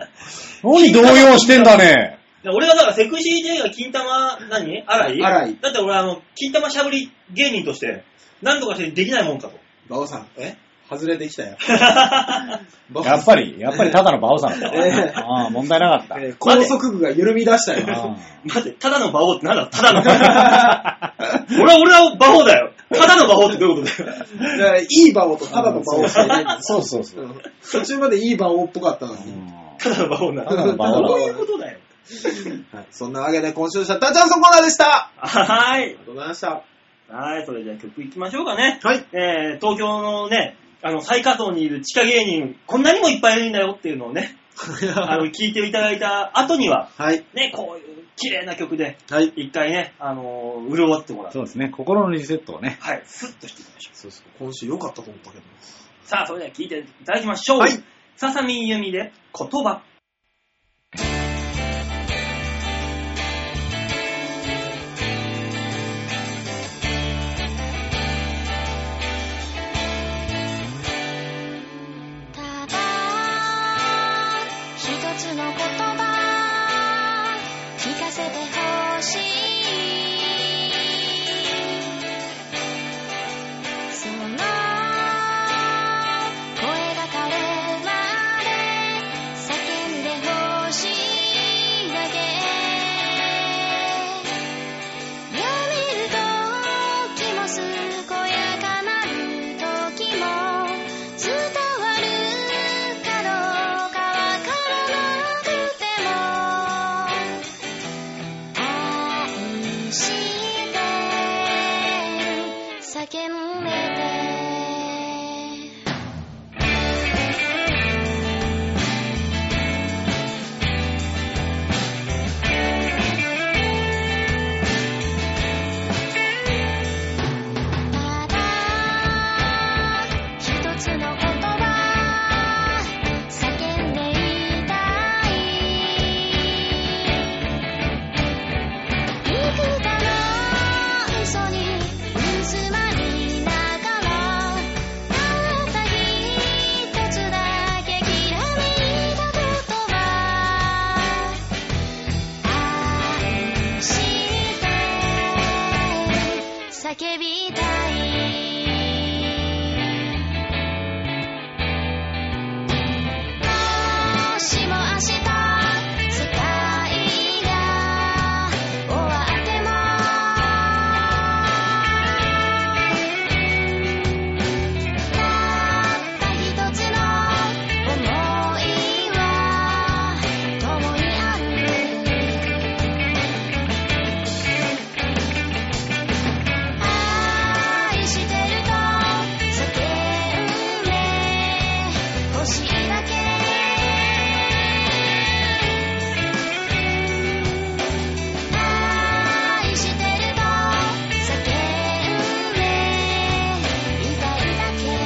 何動揺してんだね。で俺がだからセクシー J が金玉、何洗い洗いだって俺あの、金玉しゃぶり芸人として、何とかしてできないもんかと。バオさん、え外れてきた よ。バオさんやっぱり、やっぱりただの馬王さん だっええたわ。ああ、問題なかった。えー高速部が緩み出したよ。あ待って、ただの馬王ってなんだただの俺は俺は馬王だよ。ただの馬王ってどういうことだよ。だからいいバオとただのバオしかいないんあですよそうそうそうう。ん途中までいいバオっぽかったのうに。んただの馬王なただの馬王だどういうことだよ。はい、そんなわけで今週のシャッターチャンスのコーナーでしたあはーいり。がとうございました。はい、それじゃあ曲いきましょうかね。はい。えー、東京のね、あの、最下層にいる地下芸人、こんなにもいっぱいいるんだよっていうのを ね、あの、聞いていただいた後には、はい。ね、こういう綺麗な曲で、はい。一回ね、あのー潤ってもらう。そうですね。心のリセットをね。はい、スッとしていきましょそうそう。今週良かったと思ったけど。う。さあ、それでは聴いていただきましょう。はい。ささみゆみで、言葉。ただ一つの言葉聞かせてほしいその声が彼らで叫んでほしいだけ夜見る時も健やかなる時も伝わるかどうかわからなくても愛してる叫んでてただ一つの言葉叫んでいたい幾多の嘘に盗まれな叫びたいもしも明日世界が終わってもたった一つの想いは共にある愛してると叫んで欲しいだけ愛してると叫んで「痛いだけ」「叫びたい」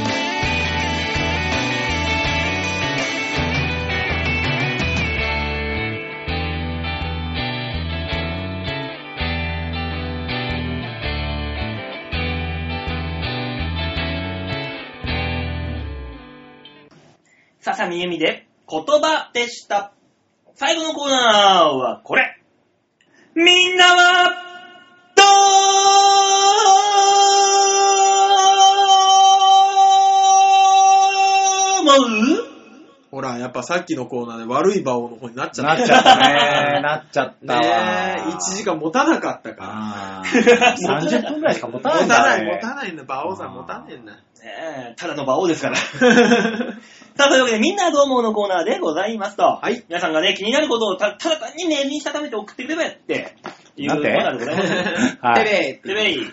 笹見由美で言葉でした。最後のコーナーはこれ。みんなは、どう思うほら、やっぱさっきのコーナーで悪い馬王の方になっちゃなっっちた。ゃったね。 なっちゃったわ。ねえ、1時間持たなかったかあ ー30分くらいしか持たら。持ないんただなねい、持たないんだ。馬王さん持たねえんだ。ねえ、ただの馬王ですから。 さあ、というわけで、みんなどう思うのコーナーでございますと。い皆さんがね、気になることをたただ単にメールにしたためて送ってくればやって、いうなんコてーナーでございます。 はいてでべーべい。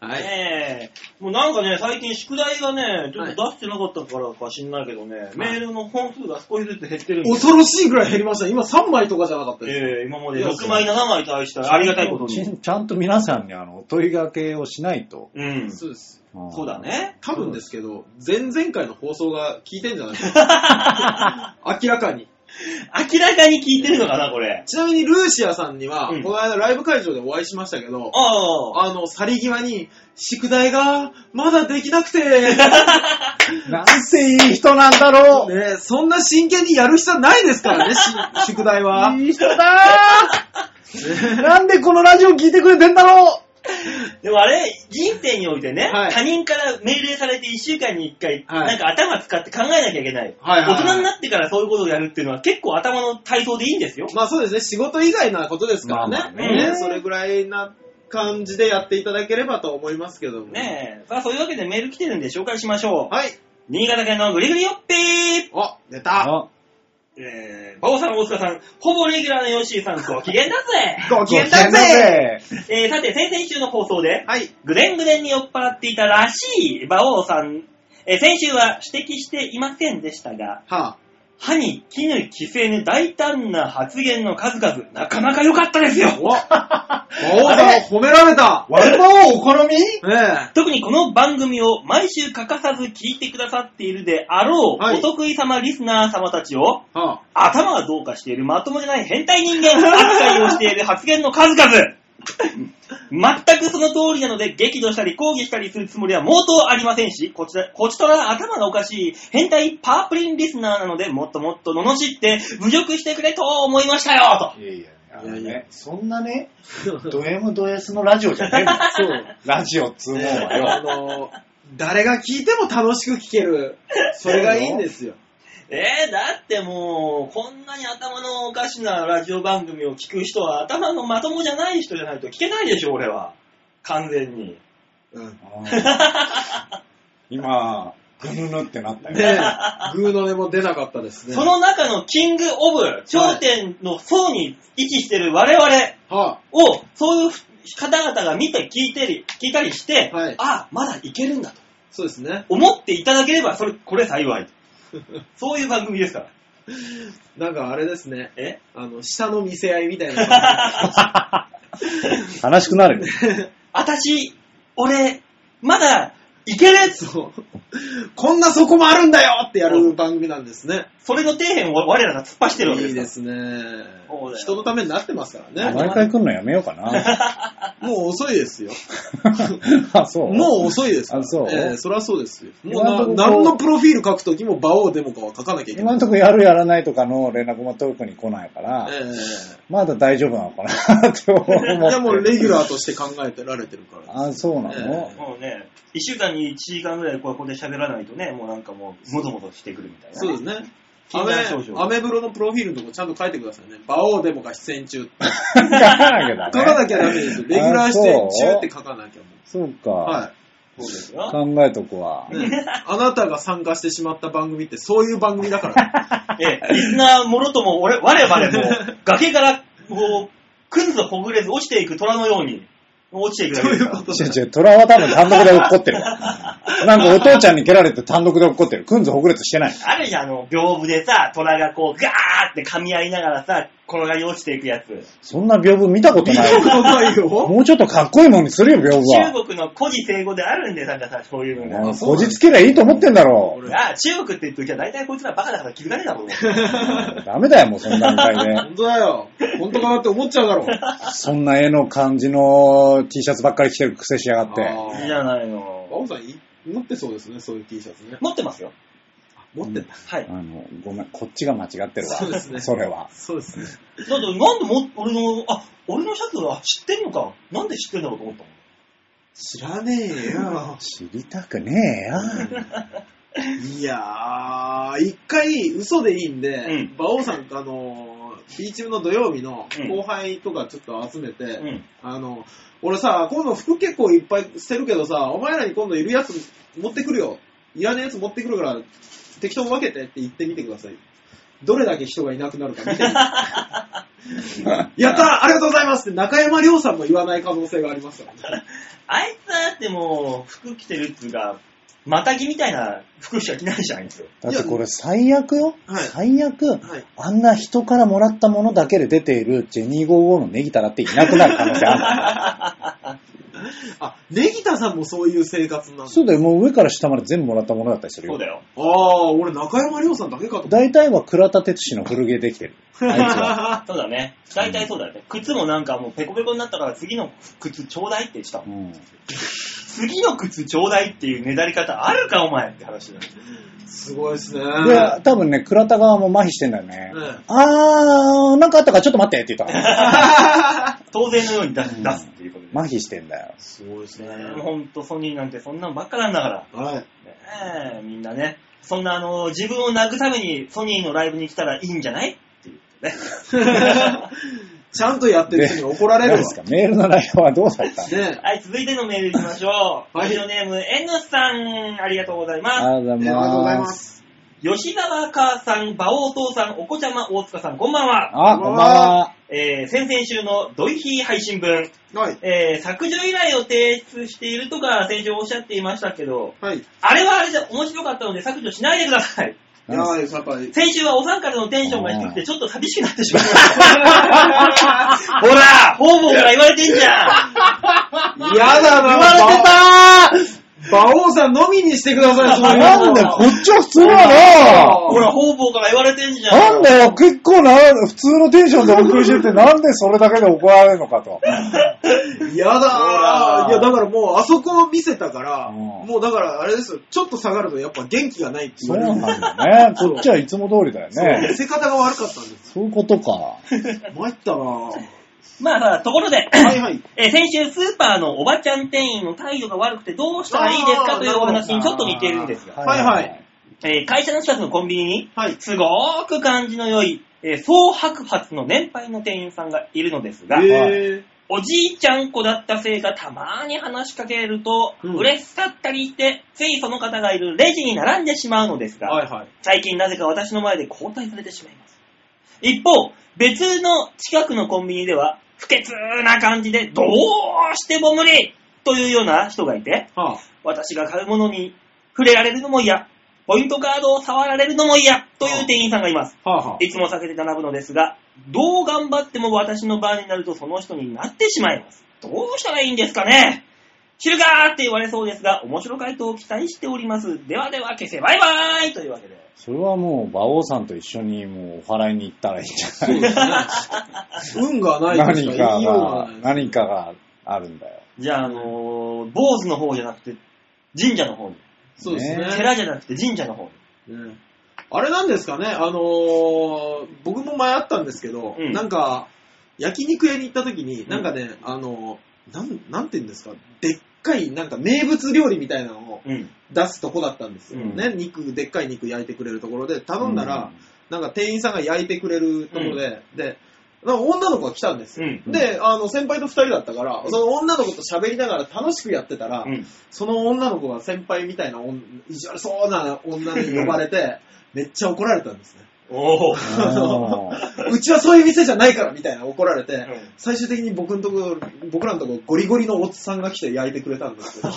はい。ねえもうなんかね、最近宿題がね、ちょっと出してなかったからか知んないけどね、メールの本数が少しずつ減ってるんです恐ろしいぐらい減りました。今3枚とかじゃなかったです。ええ今まで6枚、7枚対してありがたいことちに。んちゃんと皆さんにあの、お問い掛けをしないと。うん。そうです。んそうだ。ね。多分ですけど、前々回の放送が聞いてんじゃないですか。 明らかに。明らかに聞いてるのかな、これ。ちなみにルーシアさんには、うんこの間ライブ会場でお会いしましたけど、ああ。あの、去り際に、宿題がまだできなくて、 なんていい人なんだろう。ね、そんな真剣にやる必要ないですからね、し宿題 は。いい人だーなんでこのラジオ聞いてくれてんだろでもあれ、人生においてね、はい他人から命令されて1週間に1回、はいなんか頭使って考えなきゃいけない,、はいはいはい大人になってからそういうことをやるっていうのは結構頭の体操でいいんですよ。 まあそうですね、仕事以外なことですからね。まあまあねねそれぐらいな感じでやっていただければと思いますけども。ねえ。さあ、そういうわけでメール来てるんで紹介しましょう。はい。新潟県のグリグリよっぴーお、出うた。あえー、馬王さん、大塚さん、ほぼレギュラーのヨッシーさん、ご機嫌だ ぜご機嫌だぜえー、さて、先々週の放送で、はい。ぐでんぐでんに酔っ払っていたらしい馬王さん、えー先週は指摘していませんでしたが、は歯に絹着せぬ大胆な発言の数々、なかなか良かったですよ あ。馬王さんを褒められた。悪魔をお好みね特にこの番組を毎週欠かさず聞いてくださっているであろう、はいお得意様リスナー様たちを、え。はあ。頭がどうかしているまともでない変態人間扱いをしている発言の数々全くその通りなので激怒したり抗議したりするつもりは毛頭ありませんしこちらこちとら頭がおかしい変態パープリンリスナーなのでもっともっと罵って侮辱してくれと思いましたよといやいや、あのいやいや ね、そんなね、ド M ド S のラジオじゃねえもん。そう。ラジオっつうもんはあよ。の、誰が聞いても楽しく聞ける。それがいいんですよ。えー、だってもうこんなに頭のおかしなラジオ番組を聞く人は頭のまともじゃない人じゃないと聞けないでしょ俺は完全にうん。 今、ぐぬぬってなったよ。ねえ、グーの音も出なかったですね。その中のキング・オブ、頂点の層に位置してる我々はを、そういう方々が見て聞いてり、聞いたりして、はいああ、まだいけるんだとい。そうですね。思っていただければ、それ、これ幸 い。そういう番組ですから。なんかあれですね。えあの、下の見せ合いみたいな。悲し くなるよ。私、俺、まだいけるそう。こんなそこもあるんだよってやる番組なんですね。それの底辺を我らが突っ走ってるわけいいでですすねそうだよ。人のためになってますからね。毎回来るのやめよう かな。もう遅いですよ。あ、そう。もう遅いですから。あそうええそりゃそうですよ。もう今のとなころ何のプロフィール書くときも馬王デモかは書かなきゃいけな今いの。とこやるやらないとかの連絡も遠くに来ないから、ええまだ大丈夫なのかなと思って。い やもうレギュラーとして考えてられてるから。あ、そうなのえもうね、一週間に一時間ぐらいここで喋らないとね、もうなんかもう、もぞもぞしてくるみたいな、ね。そうですね。禁アメ断症状アメブロのプロフィールのとこちゃんと書いてくださいね。馬王デモが出演中って。書かなきゃだね。書かなきゃダメですよ。レギュラー出演中って書かなきゃもそうか。う。はそうですよ。考えとくわい。。ね、あなたが参加してしまった番組ってそういう番組だ から。ええ、リスナーもろとも、俺、我々も、崖から、こう、くずほぐれず落ちていく虎のように、落ちていくだそうけでいすうかこら。と違だう違う、虎は多分単独で怒っ てるわ。なんかお父ちゃんに蹴られて単独で怒ってる。くんずほぐれとしてない。あるじゃん、あの、屏風でさ、虎がこう、ガーって噛み合いながらさ、転がり落ちていくやつ。そんな屏風見たこと見た ない。ことないよ。もうちょっとかっこいいもんにするよ、屏風は。中国の古事成語であるんで、なんかさ、そういうのもが。うこじつけりゃいいと思ってんだろ俺ああ、中国って言っときゃ大体こいつらバカだから気づかねえだろうね。う。ダメだよ、もうその段階で。本当だよ。本当かなって思っちゃうだろう。そんな絵の感じの T シャツばっかり着てる癖しやがって。いいじゃないの。馬王さん、い持ってそうですね、そういう T シャツね。持ってますよ。持ってんだ。はい。あの、ごめん、こっちが間違ってるわ。そうですねそれは。そうですね。だってなんでも、俺の、あ、俺のシャツは知ってんのか。なんで知ってんだろうと思ったの。知らねえよ。知りたくねえや。いやー、一回嘘でいいんで、うん馬王さん、あのー、B チームの土曜日のうん後輩とかちょっと集めて、うん。あの、俺さ、今度服結構いっぱい捨てるけどさ、お前らに今度いるやつ持ってくるよ。いらねえやつ持ってくるから、適当に分けてって言ってみてください。どれだけ人がいなくなるか見てみ てやったーありがとうございますって中山亮さんも言わない可能性がありますからね。あいつはだってもう、服着てるっつうか、またぎみたいな服しか着ないじゃないんですよ。だってこれ最悪よ。はい最悪。はい。あんな人からもらったものだけで出ているジェニー55のネギタラっていなくなる可能性 ああ、ネギタさんもそういう生活なんだ。る。そうだよ、もう上から下まで全部もらったものだったりするそよう。だよ。ああ、俺中山亮さんだけかと思った。大体は倉田哲司の古着できてる。あい つは。そうだね。大体そうだよね。靴もなんかもうペコペコになったから次の靴ちょうだいって言ってたも。うんん。次の靴ちょうだいっていうねだり方あるかお前って話だよ。すごいですね。で、多分ね、倉田側も麻痺してんだよね。うんあー、なんかあったからちょっと待ってって言っ たから。当然のように出す,、うん出すっていうことで。麻痺してんだよ。すごいですね。ねえほんとソニーなんてそんなんばっかなんだから。はい。 ねえみんなね。そんなあの、自分を慰めにソニーのライブに来たらいいんじゃないっていうね。ちゃんとやってる人に怒られ何るでわ。すかメールの内容はどうだったのねはい、続いてのメールいきましょう。はラいジオネーム N さん、ありがとうございます。ありがとありうございがとうございまます。す。吉沢母さん、馬王父さん、お子ちゃま大塚さん、こんばんは。あ、こんばんは。えー、先々週のドイヒー配信分、はい。えー、削除依頼を提出しているとか、先週おっしゃっていましたけど、はい。いあれはあれじゃ面白かったので削除しないでください。やー、やっぱり。先週はお三方のテンションが低くてちょっと寂しくなってし まいました。ほら、方々から言われてんじゃん。嫌だな、われて馬王さんのみにしてください、そうたーいうなんだよ、こっちは普通だろほら、方々から言われてんじゃん。なんだよ、結構な、普通のテンションでお送りしてて、なんでそれだけで怒られるの かと。嫌だうわー。いや、だからもう、あそこを見せたから、うんもうだから、あれですよ、ちょっと下がるとやっぱ元気がないって言そうわれなるん。だよね。こっちはいつも通りだよそう見ね。せ方が悪かったんです。そういうことか。参ったなぁ。まあまあ、ところ で、はいはい。えー先週スーパーのおばちゃん店員の態度が悪くてどうしたらいいですかというお話にちょっと似てるんですが、はいはい。えー会社の近くのコンビニに、はい。すごーく感じの良い、えー総白髪の年配の店員さんがいるのですが、えおじいちゃん子だったせいかたまーに話しかけると、うん嬉しかったりして、ついその方がいるレジに並んでしまうのですー、が、はいはい。最近なぜか私の前で交代されてしまいます。一方、別の近くのコンビニでは、不潔な感じで、どうしても無理というような人がいて、はあ、私が買うものに触れられるのも嫌、ポイントカードを触られるのも嫌という店員さんがいます。はあ、 はいつも避けて並ぶのですが、どう頑張っても私の番になるとその人になってしまいます。どうしたらいいんですかね知るかーって言われそうですが、面白回答を期待しております。ではでは、消せ、バイバーイというわけで。それはもう、馬王さんと一緒にもう、お払いに行ったらいいんじゃそうですね。運がなないいとし何か言いようががない、何かがあるんだよ。じゃあ、あのー、坊主の方じゃなくて、神社の方に。そうですね。ね寺じゃなくて神社の方に。ねあれなんですかね、あのー僕も迷ったんですけど、うんなんか、焼肉屋に行った時に、なんかね、あの、なん、なんて言うんですか、でっかい、なんか名物料理みたいなのをうん。出すとこだったんですよ。うんね、肉、でっかい肉焼いてくれるところで、頼んだら、なんか店員さんが焼いてくれるところで、で、なんか女の子が来たんですよ。うんで、あの、先輩と二人だったから、その女の子と喋りながら楽しくやってたら、うん。その女の子が先輩みたいな女、意地悪そうな女に呼ばれて、めっちゃ怒られたんですね。おお。あのあうちはそういう店じゃないからみたいな怒られて、ん最終的に僕のところ、僕らのところゴリゴリのおっさんが来て焼いてくれたんですけど。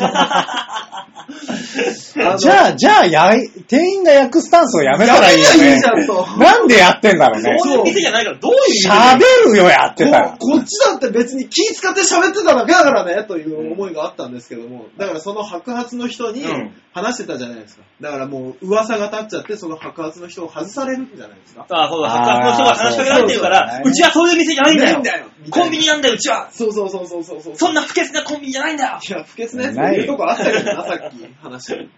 ーじゃああ、じゃあ、やい、店員が焼くスタンスをやめたらいいよやめりゃいね。いじゃんとなんでやってんだろうね。そういう店じゃないから、どういう意味だよ喋るよ、やってたのら。ここっちだって別に気使って喋ってただけだからねという思いがあったんですけども、だからその白髪の人にうん話してたじゃないですか。だからもう噂が立っちゃって、その白髪の人を外されるんじゃないですか。ああ、そうだ、白髪の人が話しかけられてるから、あーそううちはそういう店じゃないんだよ。だよコンビニなんだよ、うちは。そうそうそうそうそうそう。そんな不潔なコンビニじゃないんだよ。いや、不潔なやつないいよるとこあったけどな、さっき話。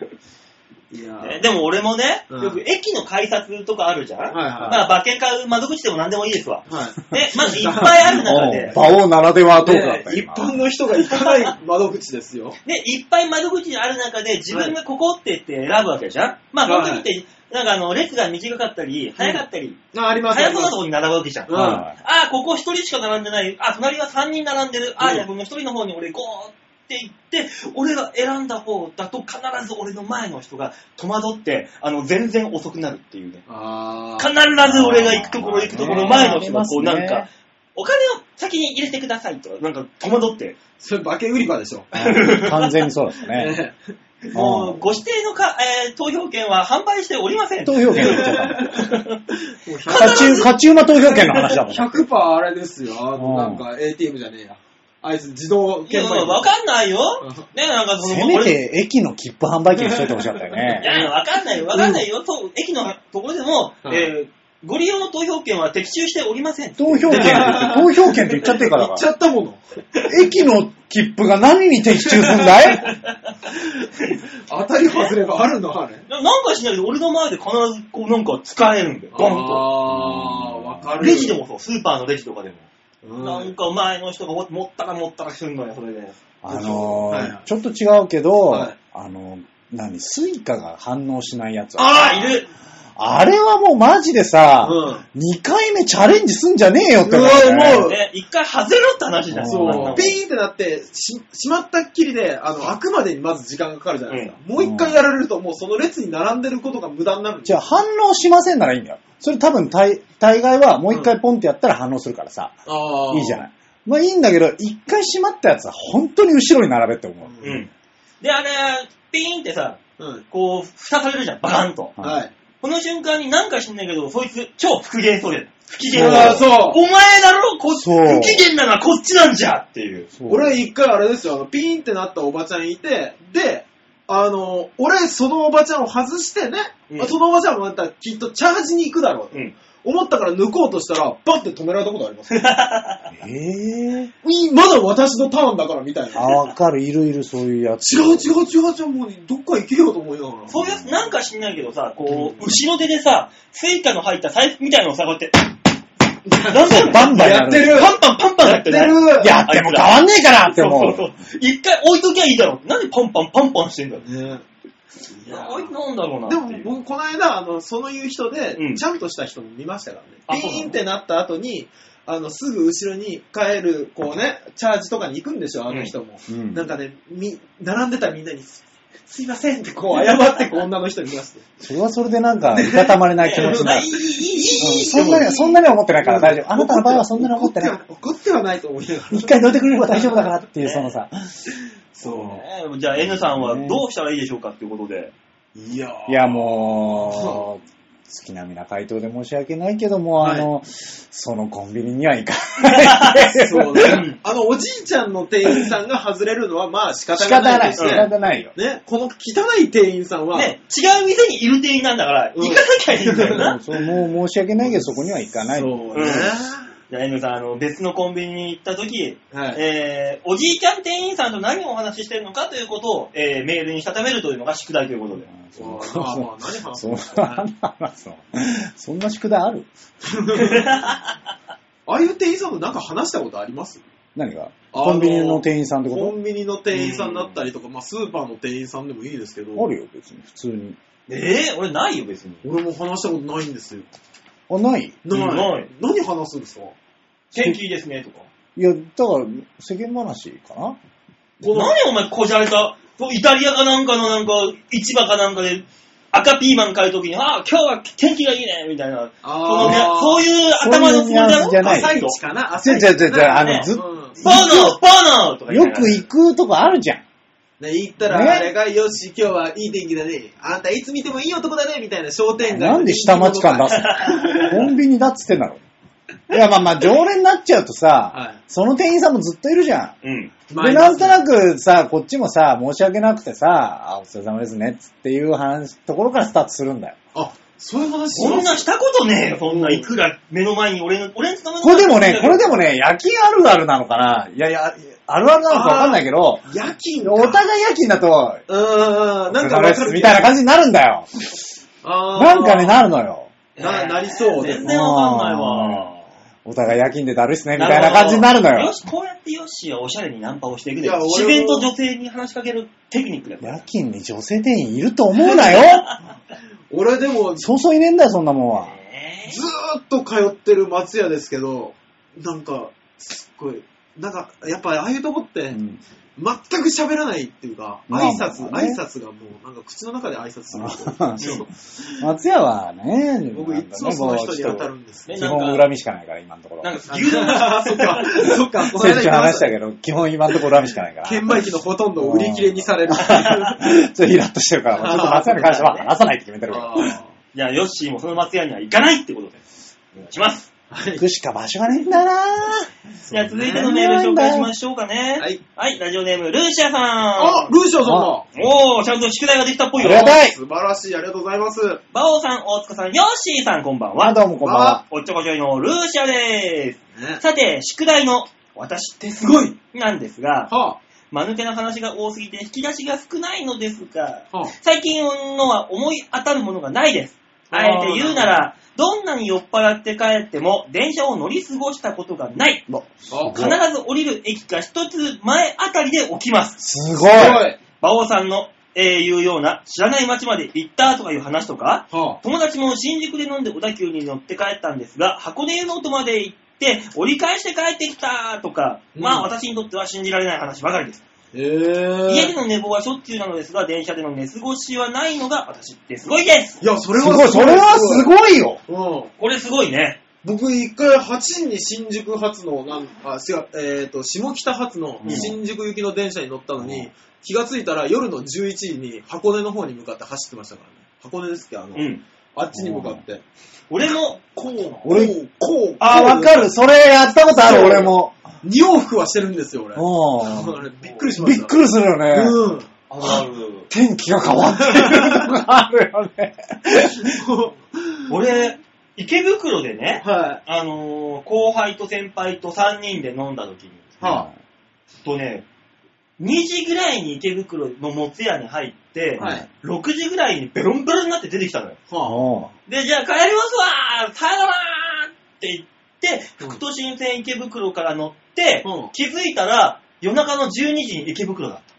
いやえでも俺もね、うんよく駅の改札とかあるじゃん、はいはいまあ馬券買う窓口でも何でもいいですわ。はい。 ね、まずいっぱいある中で、馬王ならではトークだねった、一今。般の人が行かない窓口で すよ。ね、いっぱい窓口にある中で自分がここって言って選ぶわけじゃんまあこの時って、なんかあの、列が短かったり、早かったり、あ、あります早そうなとうこに並ぶわけじゃん。うんああ、ここ一人しか並んでない。あ、隣は三人並んでる。あうあ、んじゃあこの一人の方に俺行こうって言って、俺が選んだ方だと必ず俺の前の人が戸惑って、あの、全然遅くなるっていうね。あ必ーず俺が行くところ行くところ前の人がこうなんか、お金を先に入れてくださいと、なんか戸惑って、それ馬券売り場でしょ。うん完全にそうで すね。ねもうご指定のか、えー投票券は販売しておりません。投票権のことだもん。 もう100勝ち、勝ち馬投票権の話だもん。 100%あれですよ。あうの、んなんか ATM じゃねえや。あいつ自動いや、券売機。わかんないようん。ね、なんかその、せめて駅の切符販売機にしといてほしかったよいね。や、わかんないよ、わかんないよ。と駅のところでも、うんえーご利用の投票券は的中しておりません。投票権って言って、投票権って言っちゃってる から行だっかちゃったもの。ら。駅の切符が何に的中すんだい当たり外れがあるの、あれ。ななんかしないけど、俺の前で必ずこうなんか使えるんだよ。ボンと。あー、わかる。レジで。もそう、スーパーのレジとかでも。うんなんか前の人が持ったら持ったらすんのよ、それで。あのはーい、ちょっと違うけどはい、あの、何スイカが反応しないやつ。ああ、いるあれはもうマジでさ、うん2回目チャレンジすんじゃねえよってうわもうね、一回外れろって話じゃん。そそうう。ピーンってなって、し、しまったっきりで、あの、開くまでにまず時間がかかるじゃないですか。もう一回やられると、もうその列に並んでることが無駄になるんですじゃあ反応しませんならいいんだよ。それ多分大大概はもう一回ポンってやったら反応するからさ、あーいいじゃない。まあいいんだけど、一回閉まったやつは本当に後ろに並べって思う。う。ん。で、あれ、ピーンってさ、うん。こう、蓋されるじゃん、バカンと。ははい。この瞬間になんか知んないけど、そいつ、超不機嫌そうで。不機嫌うわーそうお前だろこそう不機嫌なのはこっちなんじゃっていう。そう俺は一回あれですよ、あの、ピーンってなったおばちゃんいて、で、あの、俺そのおばちゃんを外してね、うんあそのおばちゃんもまたきっとチャージに行くだろうと、うん思ったから抜こうとしたら、バッて止められたことあります。ええいまだ私のターンだからみたいな。あ、わかる、いるいる、そういうやつ。違う違う違う違う、もうどっか行けよと思いながら。そういうやつなんか知んないけどさ、こう、後ろ手でさ、スイカの入った財布みたいなのをさ、こうやって、なん そうバンバンやるやってるパンパンパンパンややっっててないるいやっても変わんねえからってそう思う。そうそう。一回置いときゃいいだろ。なんでパンパンパンパンしてんだろ。ねいやあいつなんだろうなってでいう。も僕、この間、あの、そういう人で、うんちゃんとした人も見ましたからあね。そうなのピーンってなった後に、あの、すぐ後ろに帰る、こうね、チャージとかに行くんでしょ、あの人も。うんなんかね、み、並んでたみんなに、すすいませんってこう謝ってこう女の人に言いまして。それはそれでなんか、いたたまれない気持ちにまあないい、るい。い、いい、いうんい。そんなに、そんなには思ってないから大丈夫。あなたの場合はそんなに思ってない。怒っては怒ってはないと思いながら。一回どいてくれれば大丈夫だからっていう、そのさ。そねえじゃあ N さんはどうしたらいいでしょうかっていうことで。う。いやーいや、もう、月並みな回答で申し訳ないけども、はいあの、そのコンビニには行かそうね。あの、おじいちゃんの店員さんが外れるのは、まあ仕ない。方仕が方なないい、です仕ね。方ないよ。ね、この汚い店員さんは、ね、違う店にいる店員なんだから、うん行かなきゃいいんだよな。そうもう申し訳ないけど、そこに は行かない。そううんね。じゃあ N さん、あの、別のコンビニに行った時、はいえー、おじいちゃん店員さんと何をお話ししてるのかということを、えー、メールにしたためるというのが宿題ということで。そう ま あまあ何話すそのんな話すのそんな宿題あるああいう店員さんとなんか話したことあります何があのコンビニの店員さんってコこンビニの店員さんだったりとか、まあスーパーの店員さんでもいいですけど、とあるよ、別に、普通に。えー、俺ないよ、別に。俺も話したことないんですよ。あ、ないない。ない何話すんですか天気いいですね、とか。いや、だから、世間話かなこの何お前、こじゃれた、イタリアかなんかのなんか、市場かなんかで、赤ピーマン買うときに、ああ、今日は天気がいいね、みたいな。そのね、そういういう頭のつもりだろそういうニュアンスじゃない浅いと。かなじゃじゃじゃじゃあねの、ずっうんボーノボーノとか言いなよがらく行くとこあるじゃん。ね、行ったら、ねあれが、よし、今日はいい天気だね。あんたいつ見てもいい男だね、みたいな商店街。なんで下町感出す のコンビニだっつってんだろ。いや、まあまあ、常連になっちゃうとはさい、その店員さんもずっといるじゃん。うん。まあ で、なんとなくさ、こっちもさ、申し訳なくてさ、あ、お疲れ様ですね、つっていう話、ところからスタートするんだよ。あ、そういう話しそまんすなしたことねえよ、そんな。いくら目の前に俺の、俺のこれでも ね、これでもね、夜勤あるあるなのかないやいや、あるあるなのかわかんないけど、夜勤お互い夜勤だと、うーん、なんかお疲われ様でかするみたいな感じになるんだよ。あーなんかね、なるのよ。な、なりそうです全ね。然わかんないわ。お互い夜勤でだるいっすね、みたいな感じになるのよよ。し、こうやってヨッシーはおしゃれにナンパをしていくでいや俺も自然と女性に話しかけるテクニックだから夜。勤に女性店員いると思うなよ。俺でも、ずそうそういねえんだよ、そんなもんは。ねーっと通ってる松屋ですけど、なんか、すっごい、なんか、やっぱああいうとこって、うん全く喋らないっていうか、まあ挨拶、まあね挨拶がもう、なんか口の中で挨拶 する。松屋はね、僕いつもその人に当たるんですね ね。基本恨みしかないから、今のところ。なん先か牛丼あーそっか、 そっか、 この間週言ってま話ししたたけど、基本今のところ恨みしか ないから。 券売機のほとんどを売り切れにされるっていう。ちょっとイラッとしてるから、ちょっと松屋に関しては話さないって決めてるから。じゃあヨッシーもその松屋には行かないってことで。お願いします。はい行くしか場所がねえんだよなじゃあ続いてのメール紹介しましょうかね。はい。はい、ラジオネーム、ルーシアさあ、ん。ルーシャさんだおー、ちゃんと宿題ができたっぽいよあ。りがたい素晴らしい、ありがとうございます。バオさん、大塚さん、ヨッシーさん、こんばんまあは。どうもこんばんは。おっちょこちょいのルーシアでねす。さて、宿題の、私ってすごいなんですが、は間抜けな話が多すぎて引き出しが少ないのですが、あ、はあ、最近のは思い当たるものがないです。あえて言うなら、どんなに酔っ払って帰っても、電車を乗り過ごしたことがない。あ必ず降りる駅か一つ前あたりで起きます。すごいすごい。馬王さんの、えー言うような、知らない街まで行ったとかいう話とか、は友達も新宿で飲んで小田急に乗って帰ったんですが、箱根湯本まで行って、折り返して帰ってきたとか、まあうん私にとっては信じられない話ばかりです。えー、家での寝坊はしょっちゅうなのですが、電車での寝過ごしはないのが私ってすごいですいや、それすはごい、それはすごいよ。うん。これすごいね。僕、一回、8時に新宿発の、なんあ、違う、えっ、と、下北発のうん新宿行きの電車に乗ったのに、うん気がついたら夜の11時に箱根の方に向かって走ってましたからね。箱根ですっけあの、うん。あっちに向かって。俺も、こう、俺こう、こう。あ、わかる。それやったことある、俺も。 2往復はしてるんですよ、俺。うあれびっくりしん。まびし。ったくりするよね。うん。あるある。天気が変わってるのがあるよね。 俺、池袋でね、はい。あのー後輩と先輩と3人で飲んだ時に、はとね、2時ぐらいに池袋のもつ屋に入って、はい6時ぐらいにベロンベロンになって出てきたのよ。あ。はうんで、じゃあ帰りますわーさよならーって言って、うん副都心線池袋から乗って、うん気づいたら夜中の12時に池袋だった。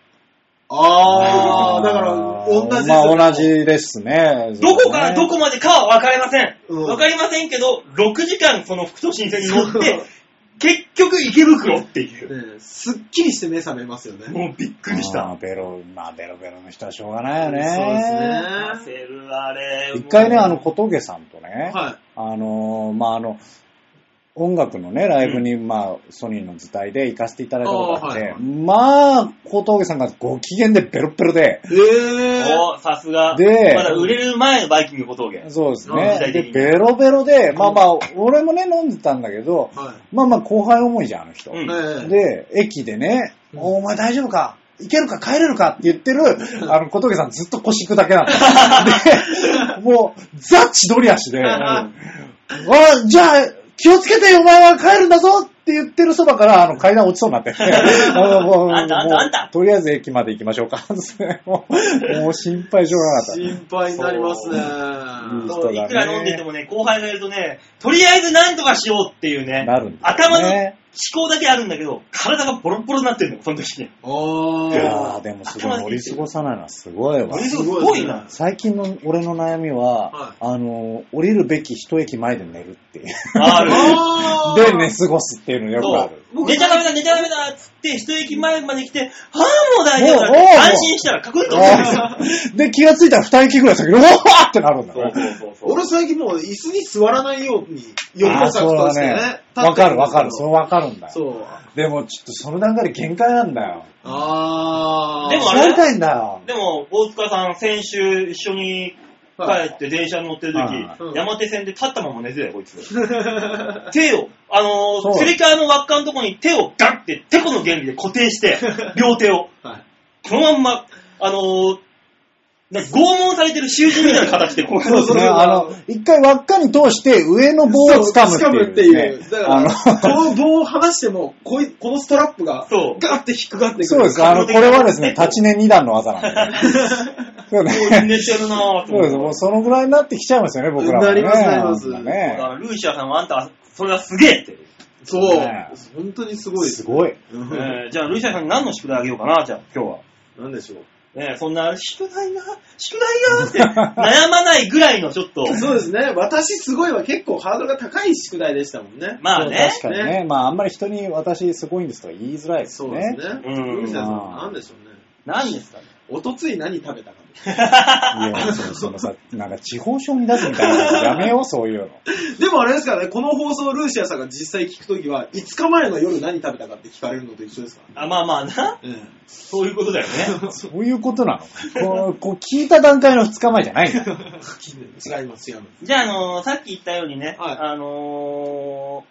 ああ、だから、同じですまよあ同。じですね。どこからどこまでかは分かりません。うん分かりませんけど、6時間その副都心線に乗っ そてう、 結局池袋っていう。ねすっきりして目覚めますよね。もうびっくりしあたー。ベロ、まあベロベロの人はしょうがないよね。そうです焦ね。るあれ。一回ね、もうあの、小峠さんとね、はあのー、まああの、音楽のね、ライブに、まあ、ソニーの図体で行かせていただいたことがあって、あーはいはいまあ、小峠さんがご機嫌でベロッベロで、い。えー。おさすが。でまだ売れる前のバイキング小峠。そうです時ね。代で的、にベロベロで、まあまあ、俺もね、飲んでたんだけど、はまあまあ、後輩思いじゃん、あの人。うんい。えー、で、駅でね、うんお前大丈夫か行けるか帰れるかって言ってる、あの、小峠さんずっと腰引くだけな の。で、もう、ザ・千鳥足で、んおいじゃあ、気をつけてお前は帰るんだぞって言ってるそばから、あの、階段落ちそう になって。あのもうあんたあんたあんたもうとりあえず駅まで行きましょうか。 もう、もう心配性なかった。心配になりますね。うんそういくら飲んでいてもね、後輩がいるとね、とりあえずなんとかしようっていうね、なるんですね頭の思考だけあるんだけど、体がボロッボロになってるのよ、その時に。いあやあー、。でもすごい、乗り過ごさないのはすごいわ俺。すごいな。最近の俺の悩みはは、いあの、降りるべき一駅前で寝るっていう。ある。あー で寝過ごすっていうのよくある。そう寝ちゃダメだ、寝ちゃダメだっつって、一駅前まで来て、ああ、もう大丈夫だっもうもうて安心したら、カクッと落ちてる。で、気がついたら二駅ぐらい先に、おわーってなるんだそうね。そうそうそう。俺最近もう椅子に座らないように、横あー作そうとだしてね。立っねて。るわかるわかんる。ですそけれどわかるんだよ。そう。でも、ちょっとその段階で限界なんだよ。ああ。でもあれ座りたいんだよ。でも、大塚さん、先週一緒にはい帰って電車に乗ってる時、はいうん山手線で立ったまま寝てたよ、こいつ。 手を、あのそー、うつり革の輪っかのとこに手をガッて、てこの原理で固定 して、両手を、はいこのまんま、あのー、なんか拷問されてる囚人みたいな形で、こう、そうそうね、あの、一回輪っかに通して上の棒を掴むっていう、ね。掴むっていう。だから、あの、こ の棒を離しても、こいこのストラップが、そうガーって引っかかってくる。そうです。あの、これはです ね、立ち年二段の技なんで。そうね。寝てるなぁとそうです。も思っうて。そのぐらいになってきちゃいますよね、僕らも、ね。なりますなりますなんかだかね。らルーシアさんはあんた、それはすげえって。そうね。本当にすごいですす。ごい。うえーじゃあ、ルーシアさんに何の宿題あげようかな、じゃあ、今日は。なんでしょう。ねえそんな、宿題な、宿題なって悩まないぐらいのちょっと、そうですね。私すごいは結構ハードルが高い宿題でしたもんね。まあね、そう確かにね。まあ、あんまり人に私すごいんですとか言いづらいですそね。うですね。うんルーシャさん、なんでしょうね。何ですかね。おとつい何食べたかとか。いや、そうそのさ、なんか地方症に出すみたいなのやめよう、そういうの。でもあれですからね、この放送ルーシアさんが実際聞くときは、5日前の夜何食べたかって聞かれるのと一緒ですからあね。まあまあな、ええそういうことだよね。そういうことなのこのこう聞いた段階の2日前じゃないん だよ。違います、違います。じゃあ、あのーさっき言ったようにね、はいあのー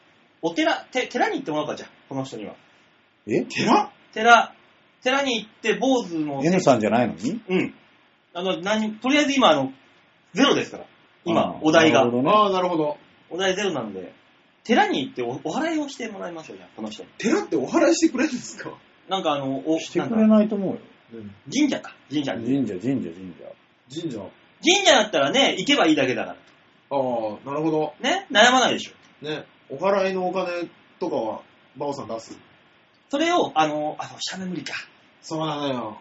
お寺、て寺に行ってもらおうか、じゃあ、この人には。え寺寺、寺に行って、坊主の。 ?N さんじゃないのにうん。あの、何、とりあえず今、あの、ゼロですから。今あ、ーお題ながる。ほどねああ、なるほど。お題ゼロなんで、寺に行っておお祓いをしてもらいましょう、じゃあ、この人に。寺ってお祓いしてくれるんですかなんかあの、お、してなんくかれないと思うよ。神社か、神社に。神社、神社、神社。神社。あ神社だったらね、行けばいいだけだから。あ、なるほど。ね、悩まないでしょ。ね、お祓いのお金とかは、バオさん出す。それを、あの、あの、シャメ無理か。そうなのよ。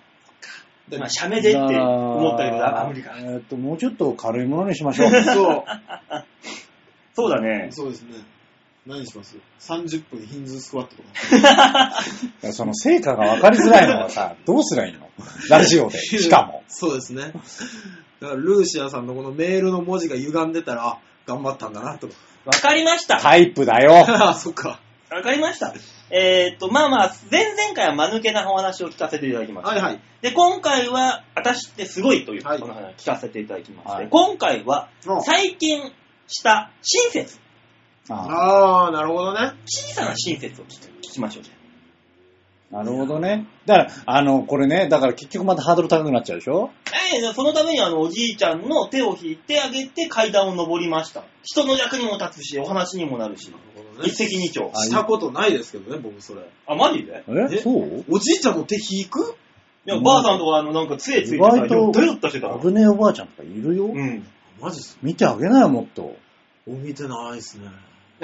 でまあ、シャメでって思ったけど、あ、無理かえ。ーっと、もうちょっと軽いものにし ましょう。そう、そうだね。そうですね。何します ?30 分ヒンズースクワットとか。 その成果が分かりづらいの はさ、どうすりゃいいのラジオで。しかも。そうですね。だから、ルーシアさんのこのメールの文字が歪んでたら、あ頑張ったん だな、とか。わかりました。タイプだよ。ああ、そっか。わかりました。えーっと、まあまあ、前々回は間抜けなお話を聞かせていただきました。はいはい。で、今回は、私ってすごいという、はいこの話聞かせていただきまして、はい今回は、最近した親切、あああ、なるほどね。小さな親切を聞き聞きましょうじゃあなるほどね。だから、あの、これね、だから結局またハードル高くなっちゃうでしょあ。えーそのためにあの、おじいちゃんの手を引いてあげて階段を登りました。人の役にも立つし、お話にもなるしな、るほどね。一石二鳥。あしたことないですけどね、僕それ。あ、マジでええそうおじいちゃんの手引くいや、ばあさんとかあの、なんか杖ついて意さ、外とドヨッとしてたから。危ねえおばあちゃんとかいるよ。うん。マジっすか見てあげなよ、もっと。お見てないですね。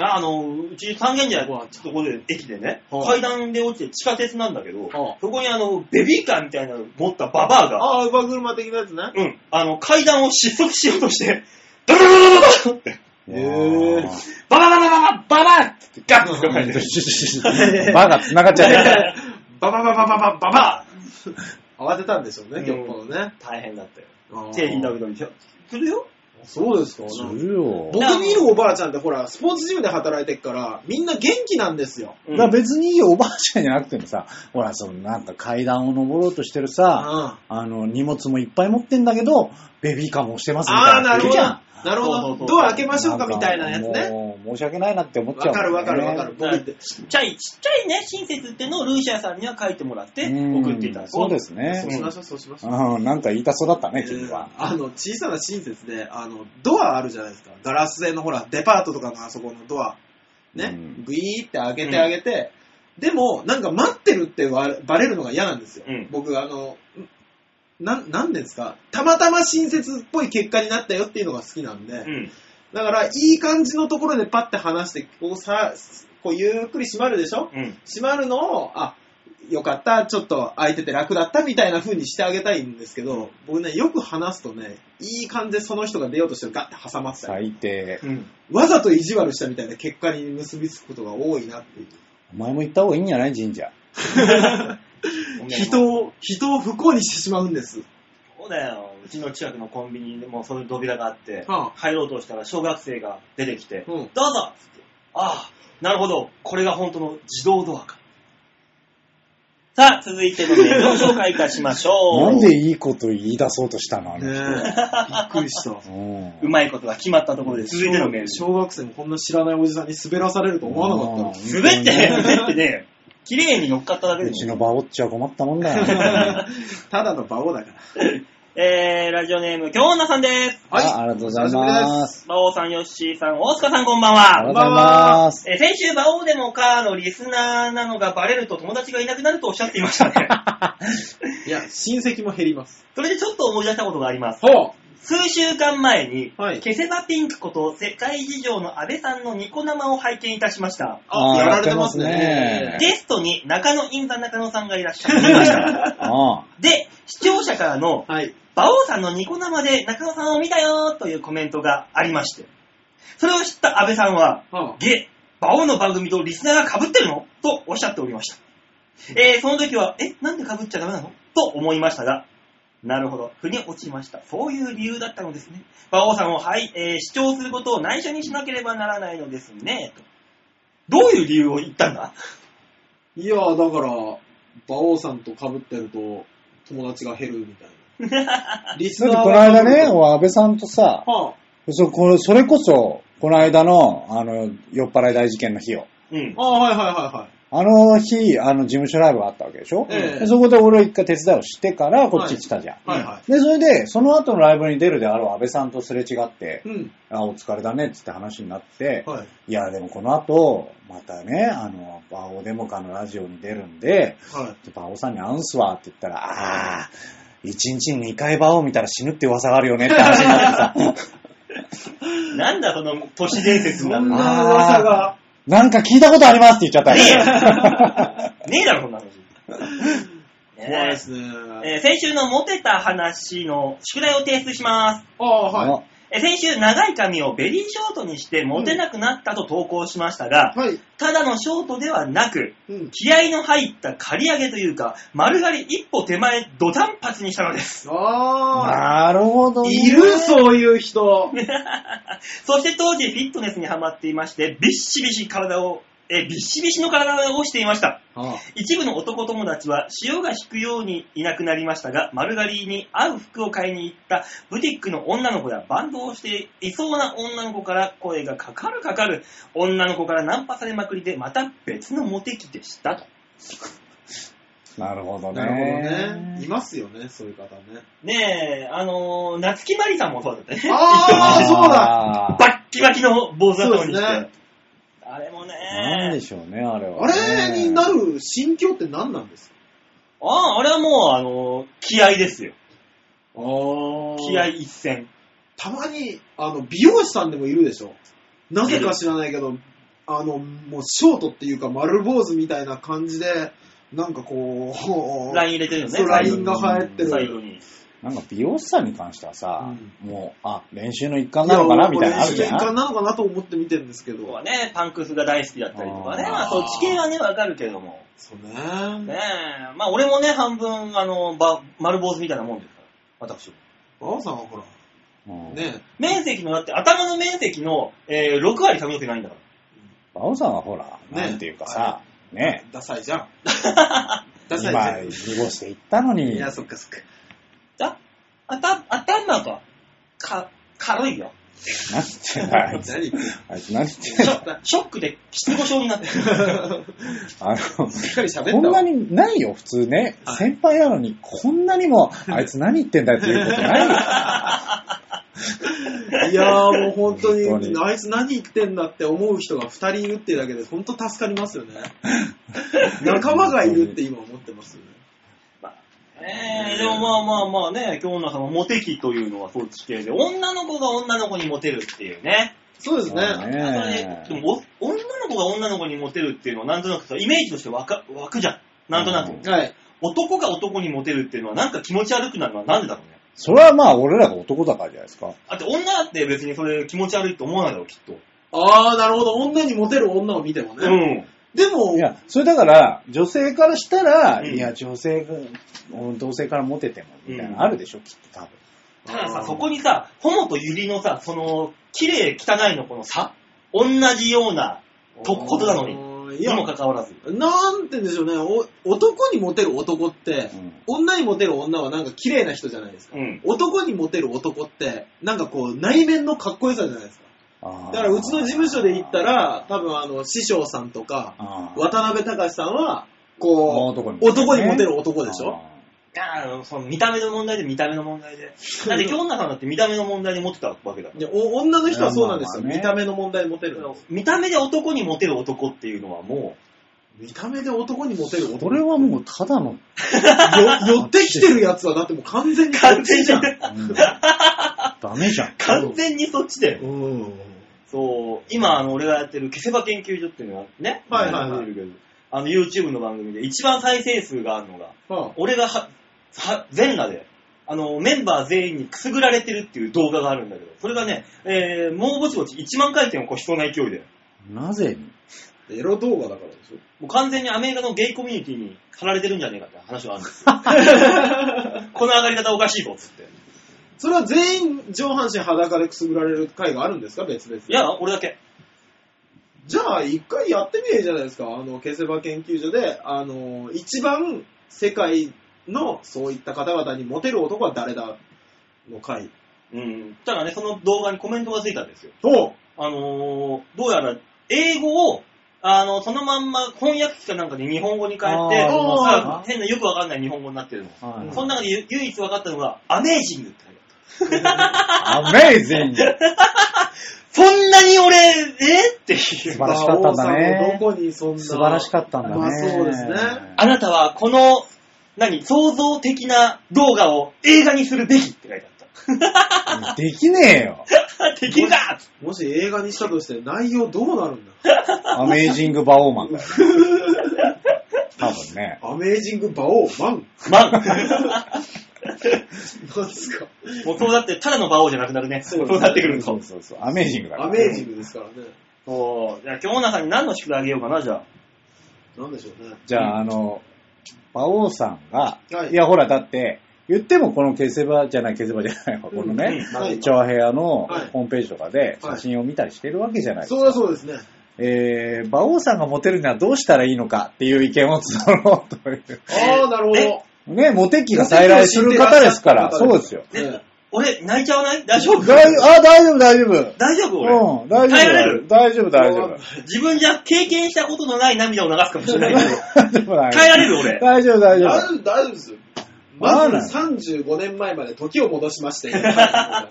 ああの、うち三軒茶屋のとこで、駅でね、は階い段で落ちて地下鉄なんだけど、はそこにあの、ベビーカーみたいなの持ったババアが、ああ、馬車的なやつね。うん、あの、階段を失速しようと して、ドロドロドロドロって、へええババババババババってガッて掴ま れて、バが繋がっちゃう。ババババババババ慌てたんでしょううね、ん今日このね。大変だったよ。あー手引いたけど、ひょするよそうですか するよ。僕にいるおばあちゃんってほら、スポーツジムで働いてるから、みんな元気なんですよ。うだんから別にいいおばあちゃんじゃなくてもさ、ほら、そのなんか階段を登ろうとしてるあさ、あの、荷物もいっぱい持ってんだけど、ベビーカーも押してますみたいあー、なな人るほいるじど。ゃん。なるそうそほうそど。うどう開けましょうかみたいなやつね。もう申し訳ないなって思っちゃわうもかんね、るわかるわかる。僕って。ちっちゃい、ちっちゃいね、親切っていうのをルーシアさんには書いてもらって、うん送っていただこそうう。ですねそう。しましょう、そうしましょう。うん、なんか言いたそうだったね、え君ーは。あの、小さな親切で、あの、ドアあるじゃないですか。ガラス製のほら、デパートとかのあそこのドア。ねうん、グイーって上げて上げて、でも、なんか待ってるってわバレるのが嫌なんですよ。うん僕、あの、なん、なんですか、たまたま親切っぽい結果になったよっていうのが好きなんで、うん。だから、いい感じのところでパッて離して、こうさ、こうゆっくり閉まるでしょうん。閉まるのを、あ、よかった、ちょっと空いてて楽だったみたいな風にしてあげたいんですけど、僕ね、よく話すとね、いい感じでその人が出ようとしてるガッて挟まってたり、最低。うん。わざと意地悪したみたいな結果に結びつくことが多いなっていう。お前も行った方がいいんじゃない神社。ごめん人を、人を不幸にしてしまうんです。そうだよ。うちの近くのコンビニでもそういう扉があって、は入ろうとしたら小学生が出てきて、あうん。どうぞつってああ、なるほど。これが本当の自動ドアか。さあ、続いてのメー ルを紹介いたしましょう。なんでいいこと言い出そうとしたのあ ねえ、のび人っくりした。うんうまいことが決まったところで続いてのメール。小学生もこんな知らないおじさんに滑らされると思わなかったの。滑ってね、滑ってね、綺麗に乗っかっただけうでちしのょ。バオっちは困ったもん だよ。ただのバオだから。えー、ラジオネーム、京女さんです。はいあありがとうございます。馬王さん、ヨッシーさん、大塚さん、こんばんありは。がとうございます。えー先週、馬王でもかのリスナーなのがバレると友達がいなくなるとおっしゃっていました ね。いや、親戚も減ります。それでちょっと思い出したことがあります。ほ数週間前に、はいケセバピンクこと世界事情の安倍さんのニコ生を拝見いたしました。あ、あーやられてますね。やってますねゲストに中野インザ中野さんがいらっしゃっていま した。 ああで、視聴者からのはい。馬王さんのニコ生で中野さんを見たよーというコメントがありまして、それを知った安倍さんは、はゲ、馬王の番組とリスナーが被ってるのとおっしゃっておりました。えー、その時は、え、なんで被っちゃダメなのと思いましたが、なるほど、腑に落ちました。そういう理由だったのですね。馬王さんを、はい、えー、主張することを内緒にしなければならないのですね。とどういう理由を言ったんだいや、だから、馬王さんと被ってると、友達が減るみたい な。リスだってナーこの間ね、俺安倍さんとさ、はそこそれこそ、この間の、あの、酔っ払い大事件の日を。うんあ、。ああはいはいはいはい。あの日、あの、事務所ライブがあったわけでしょ、ええでそこで俺一回手伝いをしてから、こっち来たじゃん。はいはで、それで、その後のライブに出るであろう安倍さんとすれ違ってい。、うん。あ、お疲れだねってって話になって、はい。いや、でもこの後、またね、あの、バオデモカのラジオに出るんで、はい。バオさんに会うんすわって言ったら、ああ、一日に2回バオ見たら死ぬって噂があるよねって話になってさ、なんだその都市伝説そなんんだ。な噂が。なんか聞いたことありますって言っちゃったねえよ。ねえだろ、そんな話。ねえ怖いですね。えー先週のモテた話の宿題を提出します。ああ、はえー先週、長い髪をベリーショートにしてモテなくなったと投稿しましたが、い。はい。ただのショートではなく、うん。気合の入った刈り上げというか、丸刈り一歩手前、土短髪にしたのです。ああ。なるほど、ね。いるそういう人。そして当時、フィットネスにハマっていまして、ビッシビシ体を、えービッシビシの体をしていました。あ一部の男友達は潮が引くようにいなくなりましたが丸刈りに合う服を買いに行ったブティックの女の子やバンドをしていそうな女の子から声がかかるかかる女の子からナンパされまくりでまた別のモテ期でしたとなるほどあ。ね。なるほどね。いますよね、そういう方ね。ねえあのー夏木マリさんもそうだったねああ、そうだ。あバッキバキの坊主頭にして、そうですねあれもねなんでしょうね、あれは、あれになる心境って何なんですかあああれはもうあのー気合ですよああ気合一戦たまに、あの、美容師さんでもいるでしょなぜか知らないけど、あの、もうショートっていうか丸坊主みたいな感じで、なんかこう、ライン入れてるよそねうラインが入って最後る。になんか美容師さんに関してはさ、うもう、あ、練習の一環なのかなみたいなのあるじ一ゃ環ん。なのかなと思って見てるんですけど。はね、パンクスが大好きだったりとかね、あーまあ、そっち系はね、わかるけども。そうね。ねえ、まあ俺もね、半分、あの、ば丸坊主みたいなもんですから、私も。馬王さんはほら、うんね、面積の、だって頭の面積の、えー6割髪の毛ないんだから。バオさんはほら、ねなんていうかさ、ね、ダサいじゃん。ダサいじ 今、ゃん。濁していったのいに、や、そっかそっか。だ、あた、頭が、か、軽いよ。何言ってんだ、あいつ。何言ってんのあいつ何言ってんシ ョだ。ショックで失語症になってる。あの、しっかり喋ったこんなわ。にないよ、普通ね。はい先輩なのに、こんなにも、あいつ何言ってんだっていうことないよ。 いやーもう本当に、本当にあいつ何言ってんだって思う人が2人いるってだけで、本当助かりますよ ね。仲間がいるって今思ってますよね。えー、でもまあまあまあね、今日のそのモテ期というのはそっち系で、女の子が女の子にモテるっていうね。そうですそうね。ねなんかねでもお女の子が女の子にモテるっていうのはなんとなくさ、イメージとして湧か湧くじゃん。なんとなく。うんはい。男が男にモテるっていうのはなんか気持ち悪くなるのはなんでだろうね。それはまあ、俺らが男だからじゃないですか。だって女だって別にそれ気持ち悪いと思わないだろう、きっと。あー、なるほど。女にモテる女を見てもね。うん。でもい、や、それだから、女性からしたら、うんいや、女性が、同性からモテても、みたいな、うんあるでしょ、きっと多分。たださ、そこにさ、ホモとユリのさ、その、綺麗汚いのこの差同じような、とことなのに。にいにや、もかかわらず。なんて言うんでしょうね。お男にモテる男って、女にモテる女はなんか綺麗な人じゃないですか。うん。男にモテる男って、なんかこう、内面のかっこよさじゃないですか。だだからうちの事務所で言った、ら、多分あの、師匠さんとか、あー渡辺隆さんは、こ男う、男にモテる男でしょああ、その見た目の問題で見た目の問題で。だって京奈さんだって見た目の問題で持ってたわけだから。いやお女の人はそうなんですよ。いやまあまあね見た目の問題でモテるの。見た目で男にモテる男っていうのはも見た目で男にモテる男。これはもう、ただの、よ寄ってきてるやつは、だってもう完全に。う、完全に、 うんダメじゃん。完全にそっちだよ。うん。そう、今、あの、俺がやってる消せば研究所っていうのがあってね。はいはいはい出てるけどあの、YouTube の番組で一番再生数があるのが、は俺がは、は、全裸で、あの、メンバー全員にくすぐられてるっていう動画があるんだけど、それがね、えー、もうぼちぼち1万回転を超しそうな勢いで、なぜにあエロ動画だからでしょ。もう完全にアメリカのゲイコミュニティに貼られてるんじゃねえかって話はあるんですよ。 この上がり方おかしいぞ、つって。それは全員上半身裸でくすぐられる回があるんですか別々でいや、俺だけ。じゃあ一回やってみれじゃないですかあの消せば研究所であの一番世界のそういった方々にモテる男は誰だの回うん。ただね、その動画にコメントがついたんですよ。とあのー、どうやら、英語を、あの、そのまんま翻訳機かなんかで日本語に変えて、あーなんか変なよくわかんない日本語になってるの。はいうんその中で唯唯一わかったのが、アメージングって書いてあっアメイジングた。そんなに俺、えってい素う。晴らしかったんだね馬王さんのどこにそんな素晴らしかったんだね。まあそうですねあなたはこの、何、創造的な動画を映画にするべきって書いてできねえよ。あった。 できるかもし映画にしたとして内容どうなるんだアメイジングバオーマ ンだよ。多分ね。アメージング馬王マンマンなんですかもうそうだって、ただの馬王じゃなくなるね。そうなってくると。そうそうそう。アメイジングだからアね、メージングですからねそう。じゃあ、今日中に何の宿題あげようかな、じゃあ。なんでしょうねじゃあ、あの、馬王さんが、はいいや、ほら、だって、言ってもこの消せばじゃない、消せばじゃないわ、このね、うんはいチョアヘアのはいホームページとかで写真を見たりしてるわけじゃないですか。そうだそうですねえー、馬王さんがモテるにはどうしたらいいのかっていう意見を募ろうという。ああなるほえどね、モテ期が再来する方ですから、そうですよ。えね俺、泣いちゃわない大丈夫だいあ、大丈夫、大丈夫。大丈夫俺。うん、大耐えられ丈る夫。大丈夫、大丈夫。自分じゃ経験したことのない涙を流すかもしれないけど。 大丈夫大耐え丈られる俺夫。。大丈夫、大丈大夫。丈夫、大丈夫ですよ。あらまず35年前まで時を戻しまして。は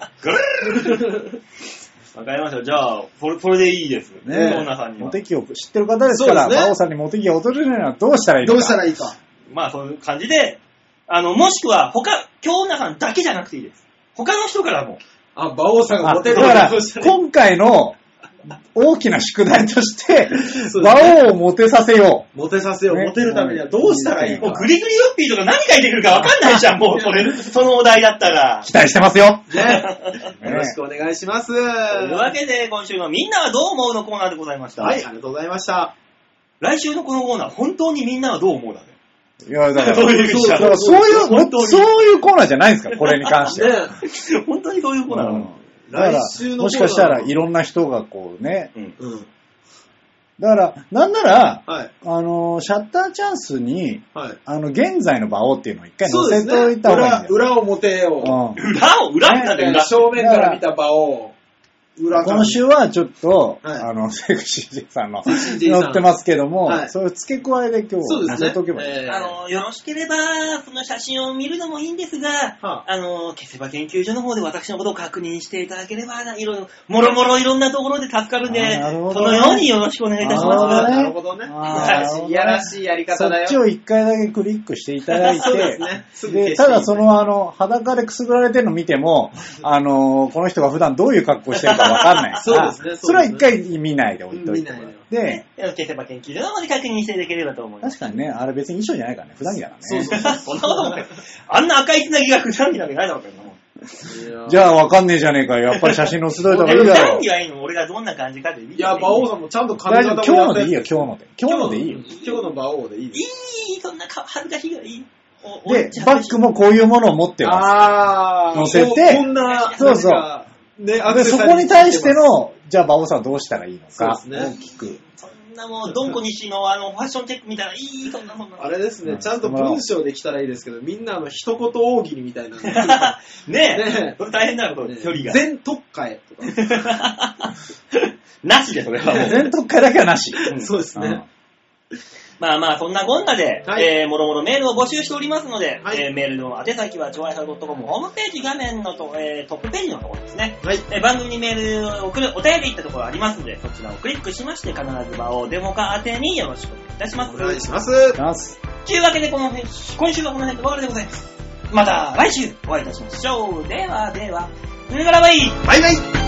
わかりました。じゃあ、それそれでいいです。ねどんなさんにモは。テ期を知ってる方ですから、そうですね馬王さんにモテ期が訪れるにはどうしたらいいいのどか。うしたらいいか。まあ、そういう感じで、あの、もしくは、他、京奈さんだけじゃなくていいです。他の人からも。あ、馬王さんがあモだテるからどうした、らいい今回の大きな宿題として、そうですね馬王をモテさせよモテさせよう。ねモテるためにはどうしたらいいもう。かグリグリヨッピーとか何書いてくるかわかんないじゃん、もう、それ、そのお題だったらう。。期待してますよ。ね。ねよろしくお願いしまとす。いうわはい、けで、今週のみんなはどう思うのコーナーでございました。ありがとうございました。来週のこのコーナー、本当にみんなはどう思うだね。いや、だから、どういう意味じゃだからそういう、本当にそういうコーナーじゃないんですから、これに関してねは。 本当にそういうコーナーなうの、んだから来週のコーナーはもしかしたらいろんな人がこうね、うん。だから、なんなら、はい。あの、シャッターチャンスに、はい。あの、現在の馬王っていうのを一回そうで載すせね。といた方がいい裏、んだよ。裏をモテようん裏を裏ってなんだよ、裏。う。正面から見た馬王。裏今週はちょっと、はいあの、 セクシー J さんの、セクシー J さん載ってますけども、はいそれを付け加えで今日、そうです載ねせとけばいい。。えーあの、よろしければ、その写真を見るのもいいんですが、はあの、消せば研究所の方で私のことを確認していただければ、いろいろ、もろもろいろんなところで助かるんで、あーなるほそどねのようによろしくお願いいたしあまーす。なるほどね。あーいやらしいやりそ方だっちよ。を一回だけクリックしていただい そうですて、ねすぐ消してで、ただその、あの、裸でくすぐられてるの見ても、あの、この人が普段どういう格好してるかわかんないから、そうですねそうですねそれは一回見ないで置いといてうん見ない。で、消せば研究所の方で確認していただければと思い ます。確かにね、あれ別に衣装じゃないからね、普段着だからね。そうそうそんなことない。あんな赤いつなぎが普段着なわけないだろうけども。そう。じゃあわかんねえじゃねえかよ。やっぱり写真載せといた方が いいだろ何。がいいの俺がどんな感じかでいい。いや、馬王さんもちゃんと大髪丈型も夫、今日やのっでいていよ、今日ので。今日のでいいよ今。日の馬王でいいです。いい、そんなか恥ずかしいよ、いい。おで、バッグもこういうものを持ってます。あー乗せてこんな、そうそうなんかね、アクで、セそサこリーに対しての、じゃあ、馬王さんどうしたらいいのか、そうですね大きく。そんなもう、どんこ西のあの、ファッションチェックみたいな、いい、そんなもんなのあれですうね、んちゃんと文章できたらいいですけど、みんなあの一言大喜利みた いなの作るか ねえ、ねえそれ大変だよ、こられ、ね距離が。全特会とか。 なしで、それはもう。全特会だけはなし。んそうですね。まあまあ、そんなこんなで、はいえーもろもろメールを募集しておりますので、はいえーメールの宛先は、超愛さ .com ホームページ画面のと、えートップページのところですね。はい。えー番組にメールを送るお便りいったところありますので、そちらをクリックしまして、必ず場をデモ化宛てによろしくお願いいたします。お願いします。ます。というわけで、この辺、今週はこの辺でお別れでございます。また来週お会いいたしましょう。ではでは、バイバイバイバイ